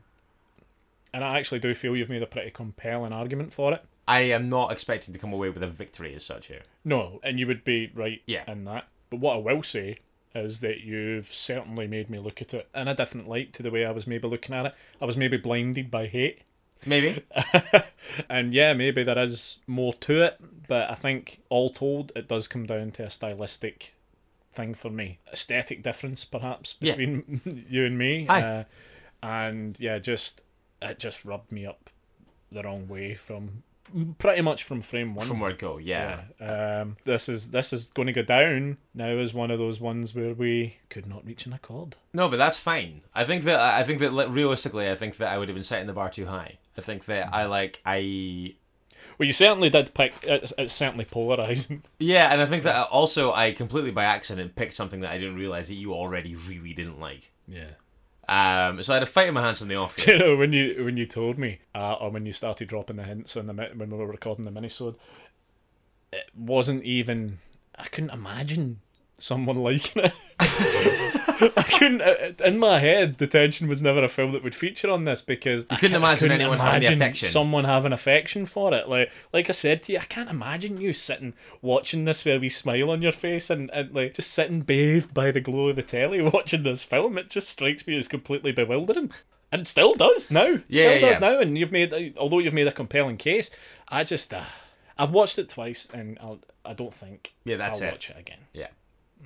S1: And I actually do feel you've made a pretty compelling argument for it.
S2: I am not expecting to come away with a victory as such here.
S1: No, and you would be right
S2: Yeah.
S1: in that. But what I will say is that you've certainly made me look at it in a different light to the way I was maybe looking at it. I was maybe blinded by hate.
S2: Maybe.
S1: And yeah, maybe there is more to it, but I think all told, it does come down to a stylistic thing for me. Aesthetic difference, perhaps,
S2: Yeah.
S1: between you and me.
S2: Aye.
S1: Uh, and yeah, just it just rubbed me up the wrong way from pretty much from frame one.
S2: From word go, yeah.
S1: um, this is this is going to go down now as one of those ones where we could not reach an accord.
S2: No, but that's fine. I think that I think that like, realistically, I think that I would have been setting the bar too high. I think that I like I
S1: Well, you certainly did pick. It's, it's certainly polarizing.
S2: yeah, and I think that uh, also I completely by accident picked something that I didn't realize that you already really didn't like.
S1: Yeah.
S2: Um, so I had a fight in my hands from the off. here.
S1: you know when you when you told me uh, or when you started dropping the hints on the mi- when we were recording the minisode it wasn't even i couldn't imagine someone liking it i couldn't I- I- in my head detention was never a film that would feature on this because i
S2: couldn't
S1: ca- I
S2: imagine anyone having the
S1: imagine
S2: affection.
S1: someone having affection for it like like i said to you i can't imagine you sitting watching this with a wee smile on your face and, and like just sitting bathed by the glow of the telly watching this film it just strikes me as completely bewildering and it still does now.
S2: Yeah,
S1: still
S2: yeah,
S1: does
S2: yeah.
S1: now. And you've made, although you've made a compelling case, I just, uh, I've watched it twice, and I'll, I don't think
S2: Yeah, that's
S1: I'll
S2: it.
S1: watch it again.
S2: Yeah,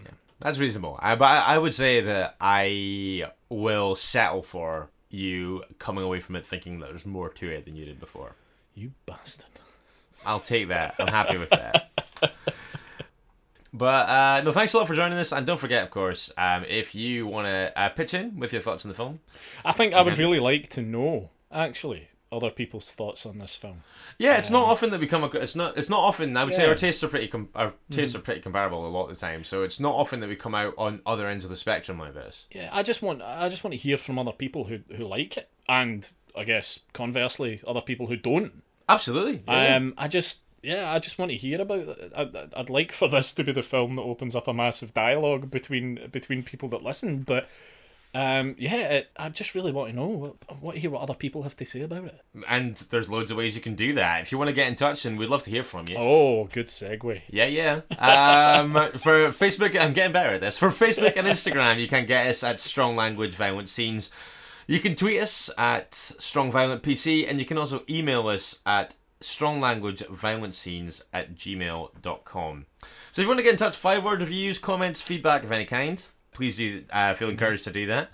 S2: yeah, that's reasonable. I, but I, I would say that I will settle for you coming away from it thinking that there's more to it than you did before.
S1: You bastard.
S2: I'll take that. I'm happy with that. But uh, no, thanks a lot for joining us, and don't forget, of course, um, if you want to uh, pitch in with your thoughts on the film,
S1: I think I would really like to know actually other people's thoughts on this film.
S2: yeah, it's not often that we come. Ac- it's not. It's not often. I would say
S1: Yeah.
S2: our tastes are pretty. Com- our tastes are pretty comparable a lot of the time. So it's not often that we come out on other ends of the spectrum like this.
S1: Yeah, I just want, I just want to hear from other people who who like it, and I guess conversely, other people who don't.
S2: Absolutely. Yeah.
S1: Um, I just. Yeah, I just want to hear about. it. I, I- I'd like for this to be the film that opens up a massive dialogue between between people that listen, but Um, yeah, it, I just really want to know what, what hear what other people have to say about it.
S2: Um, And there's loads of ways you can do that. If you want to get in touch, and we'd love to hear from you.
S1: Oh, good segue.
S2: Yeah, yeah. Um, for Facebook, I'm getting better at this. For Facebook and Instagram, you can get us at Strong Language Violent Scenes. You can tweet us at Strong Violent PC, and you can also email us at stronglanguageviolentscenes at gmail.com. So if you want to get in touch, five word reviews, comments, feedback of any kind, please do uh, feel encouraged to do that.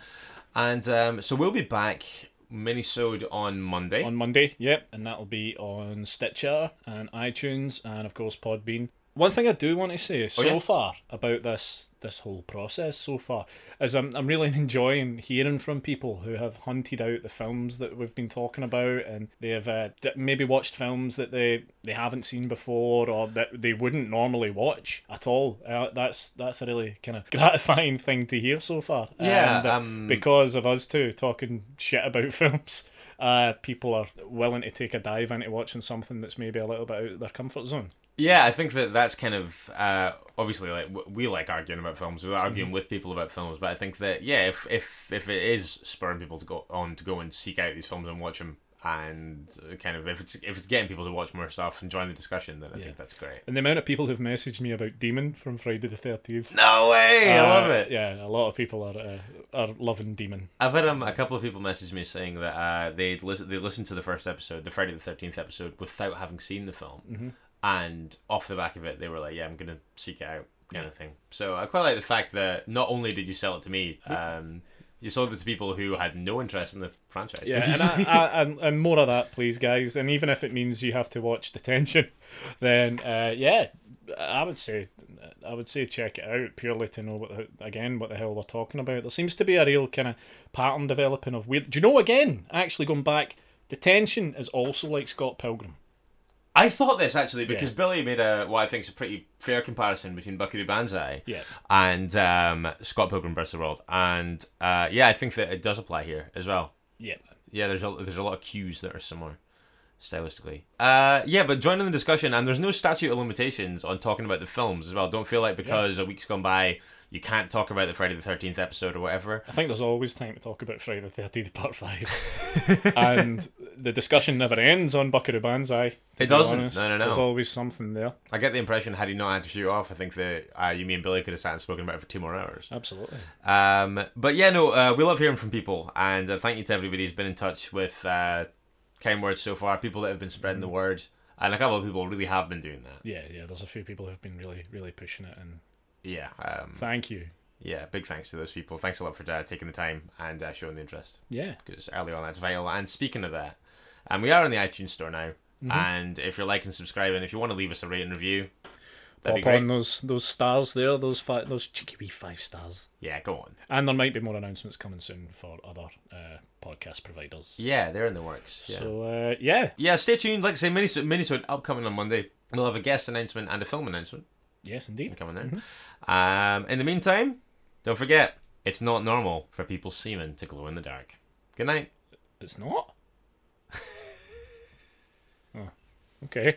S2: And um, so we'll be back minisode on Monday.
S1: on Monday. Yep, and that'll be on Stitcher and iTunes and of course Podbean. One thing I do want to say so
S2: Oh, yeah?
S1: far about this this whole process so far is I'm I'm really enjoying hearing from people who have hunted out the films that we've been talking about and they have uh, d- maybe watched films that they they haven't seen before or that they wouldn't normally watch at all. Uh, that's that's a really kind of gratifying thing to hear so far.
S2: Yeah,
S1: And, uh,
S2: um,
S1: because of us too talking shit about films, uh, people are willing to take a dive into watching something that's maybe a little bit out of their comfort zone.
S2: Yeah, I think that that's kind of uh, obviously like w- we like arguing about films, we like arguing with people about films, but I think that yeah, if if if it is spurring people to go on to go and seek out these films and watch them, and uh, kind of if it's if it's getting people to watch more stuff and join the discussion, then I think that's great.
S1: And the amount of people who've messaged me about Demon from Friday the Thirteenth.
S2: No way,
S1: Uh,
S2: I love it.
S1: Yeah, a lot of people are uh, are loving Demon.
S2: I've had um, a couple of people message me saying that uh, they'd listen they listened to the first episode, the Friday the Thirteenth episode, without having seen the film,
S1: Mm-hmm.
S2: and off the back of it, they were like, "Yeah, I'm gonna seek it out," kind of thing. So I quite like the fact that not only did you sell it to me, um, you sold it to people who had no interest in the franchise.
S1: Yeah, and,
S2: previously.
S1: I, I, and, and more of that, please, guys. And even if it means you have to watch Detention, then uh, yeah, I would say I would say check it out purely to know what the, again what the hell we're talking about. There seems to be a real kind of pattern developing of weird. Do you know again? Actually, going back, Detention is also like Scott Pilgrim.
S2: I thought this actually because Billy made a what I think is a pretty fair comparison between Buckaroo Banzai
S1: Yeah.
S2: and um, Scott Pilgrim vs. the World, and uh, yeah, I think that it does apply here as well.
S1: Yeah.
S2: Yeah, there's a there's a lot of cues that are similar stylistically. Uh, yeah, but join in the discussion, and there's no statute of limitations on talking about the films as well. Don't feel like because a week's gone by, you can't talk about the Friday the Thirteenth episode or whatever.
S1: I think there's always time to talk about Friday the Thirteenth Part Five, and the discussion never ends on Buckaroo Banzai. to be
S2: doesn't.
S1: honest.
S2: No, no, no.
S1: There's always something there.
S2: I get the impression had he not had to shoot off, I think that uh, you, me, and Billy could have sat and spoken about it for two more hours.
S1: Absolutely.
S2: Um, but yeah, no, uh, we love hearing from people, and uh, thank you to everybody who's been in touch with uh, kind words so far. People that have been spreading the word, and a couple of people really have been doing that.
S1: Yeah, yeah. There's a few people who've been really, really pushing it, and
S2: Yeah. Um,
S1: thank you.
S2: Yeah, big thanks to those people. Thanks a lot for uh, taking the time and uh, showing the interest.
S1: Yeah.
S2: Because early on that's vital. And speaking of that, um, we are on the iTunes store now. And if you're liking, subscribing, if you want to leave us a rating review, that'd be
S1: Pop on
S2: great.
S1: those those stars there, those fi- those cheeky wee five stars.
S2: Yeah, go on.
S1: And there might be more announcements coming soon for other uh, podcast providers.
S2: Yeah, they're in the works. Yeah.
S1: So uh, yeah,
S2: yeah, stay tuned. Like I say, minisode, minisode upcoming on Monday. We'll have a guest announcement and a film announcement
S1: yes, indeed.
S2: coming there. Um, in the meantime, don't forget, it's not normal for people's semen to glow in the dark. Good night.
S1: It's not. oh, okay.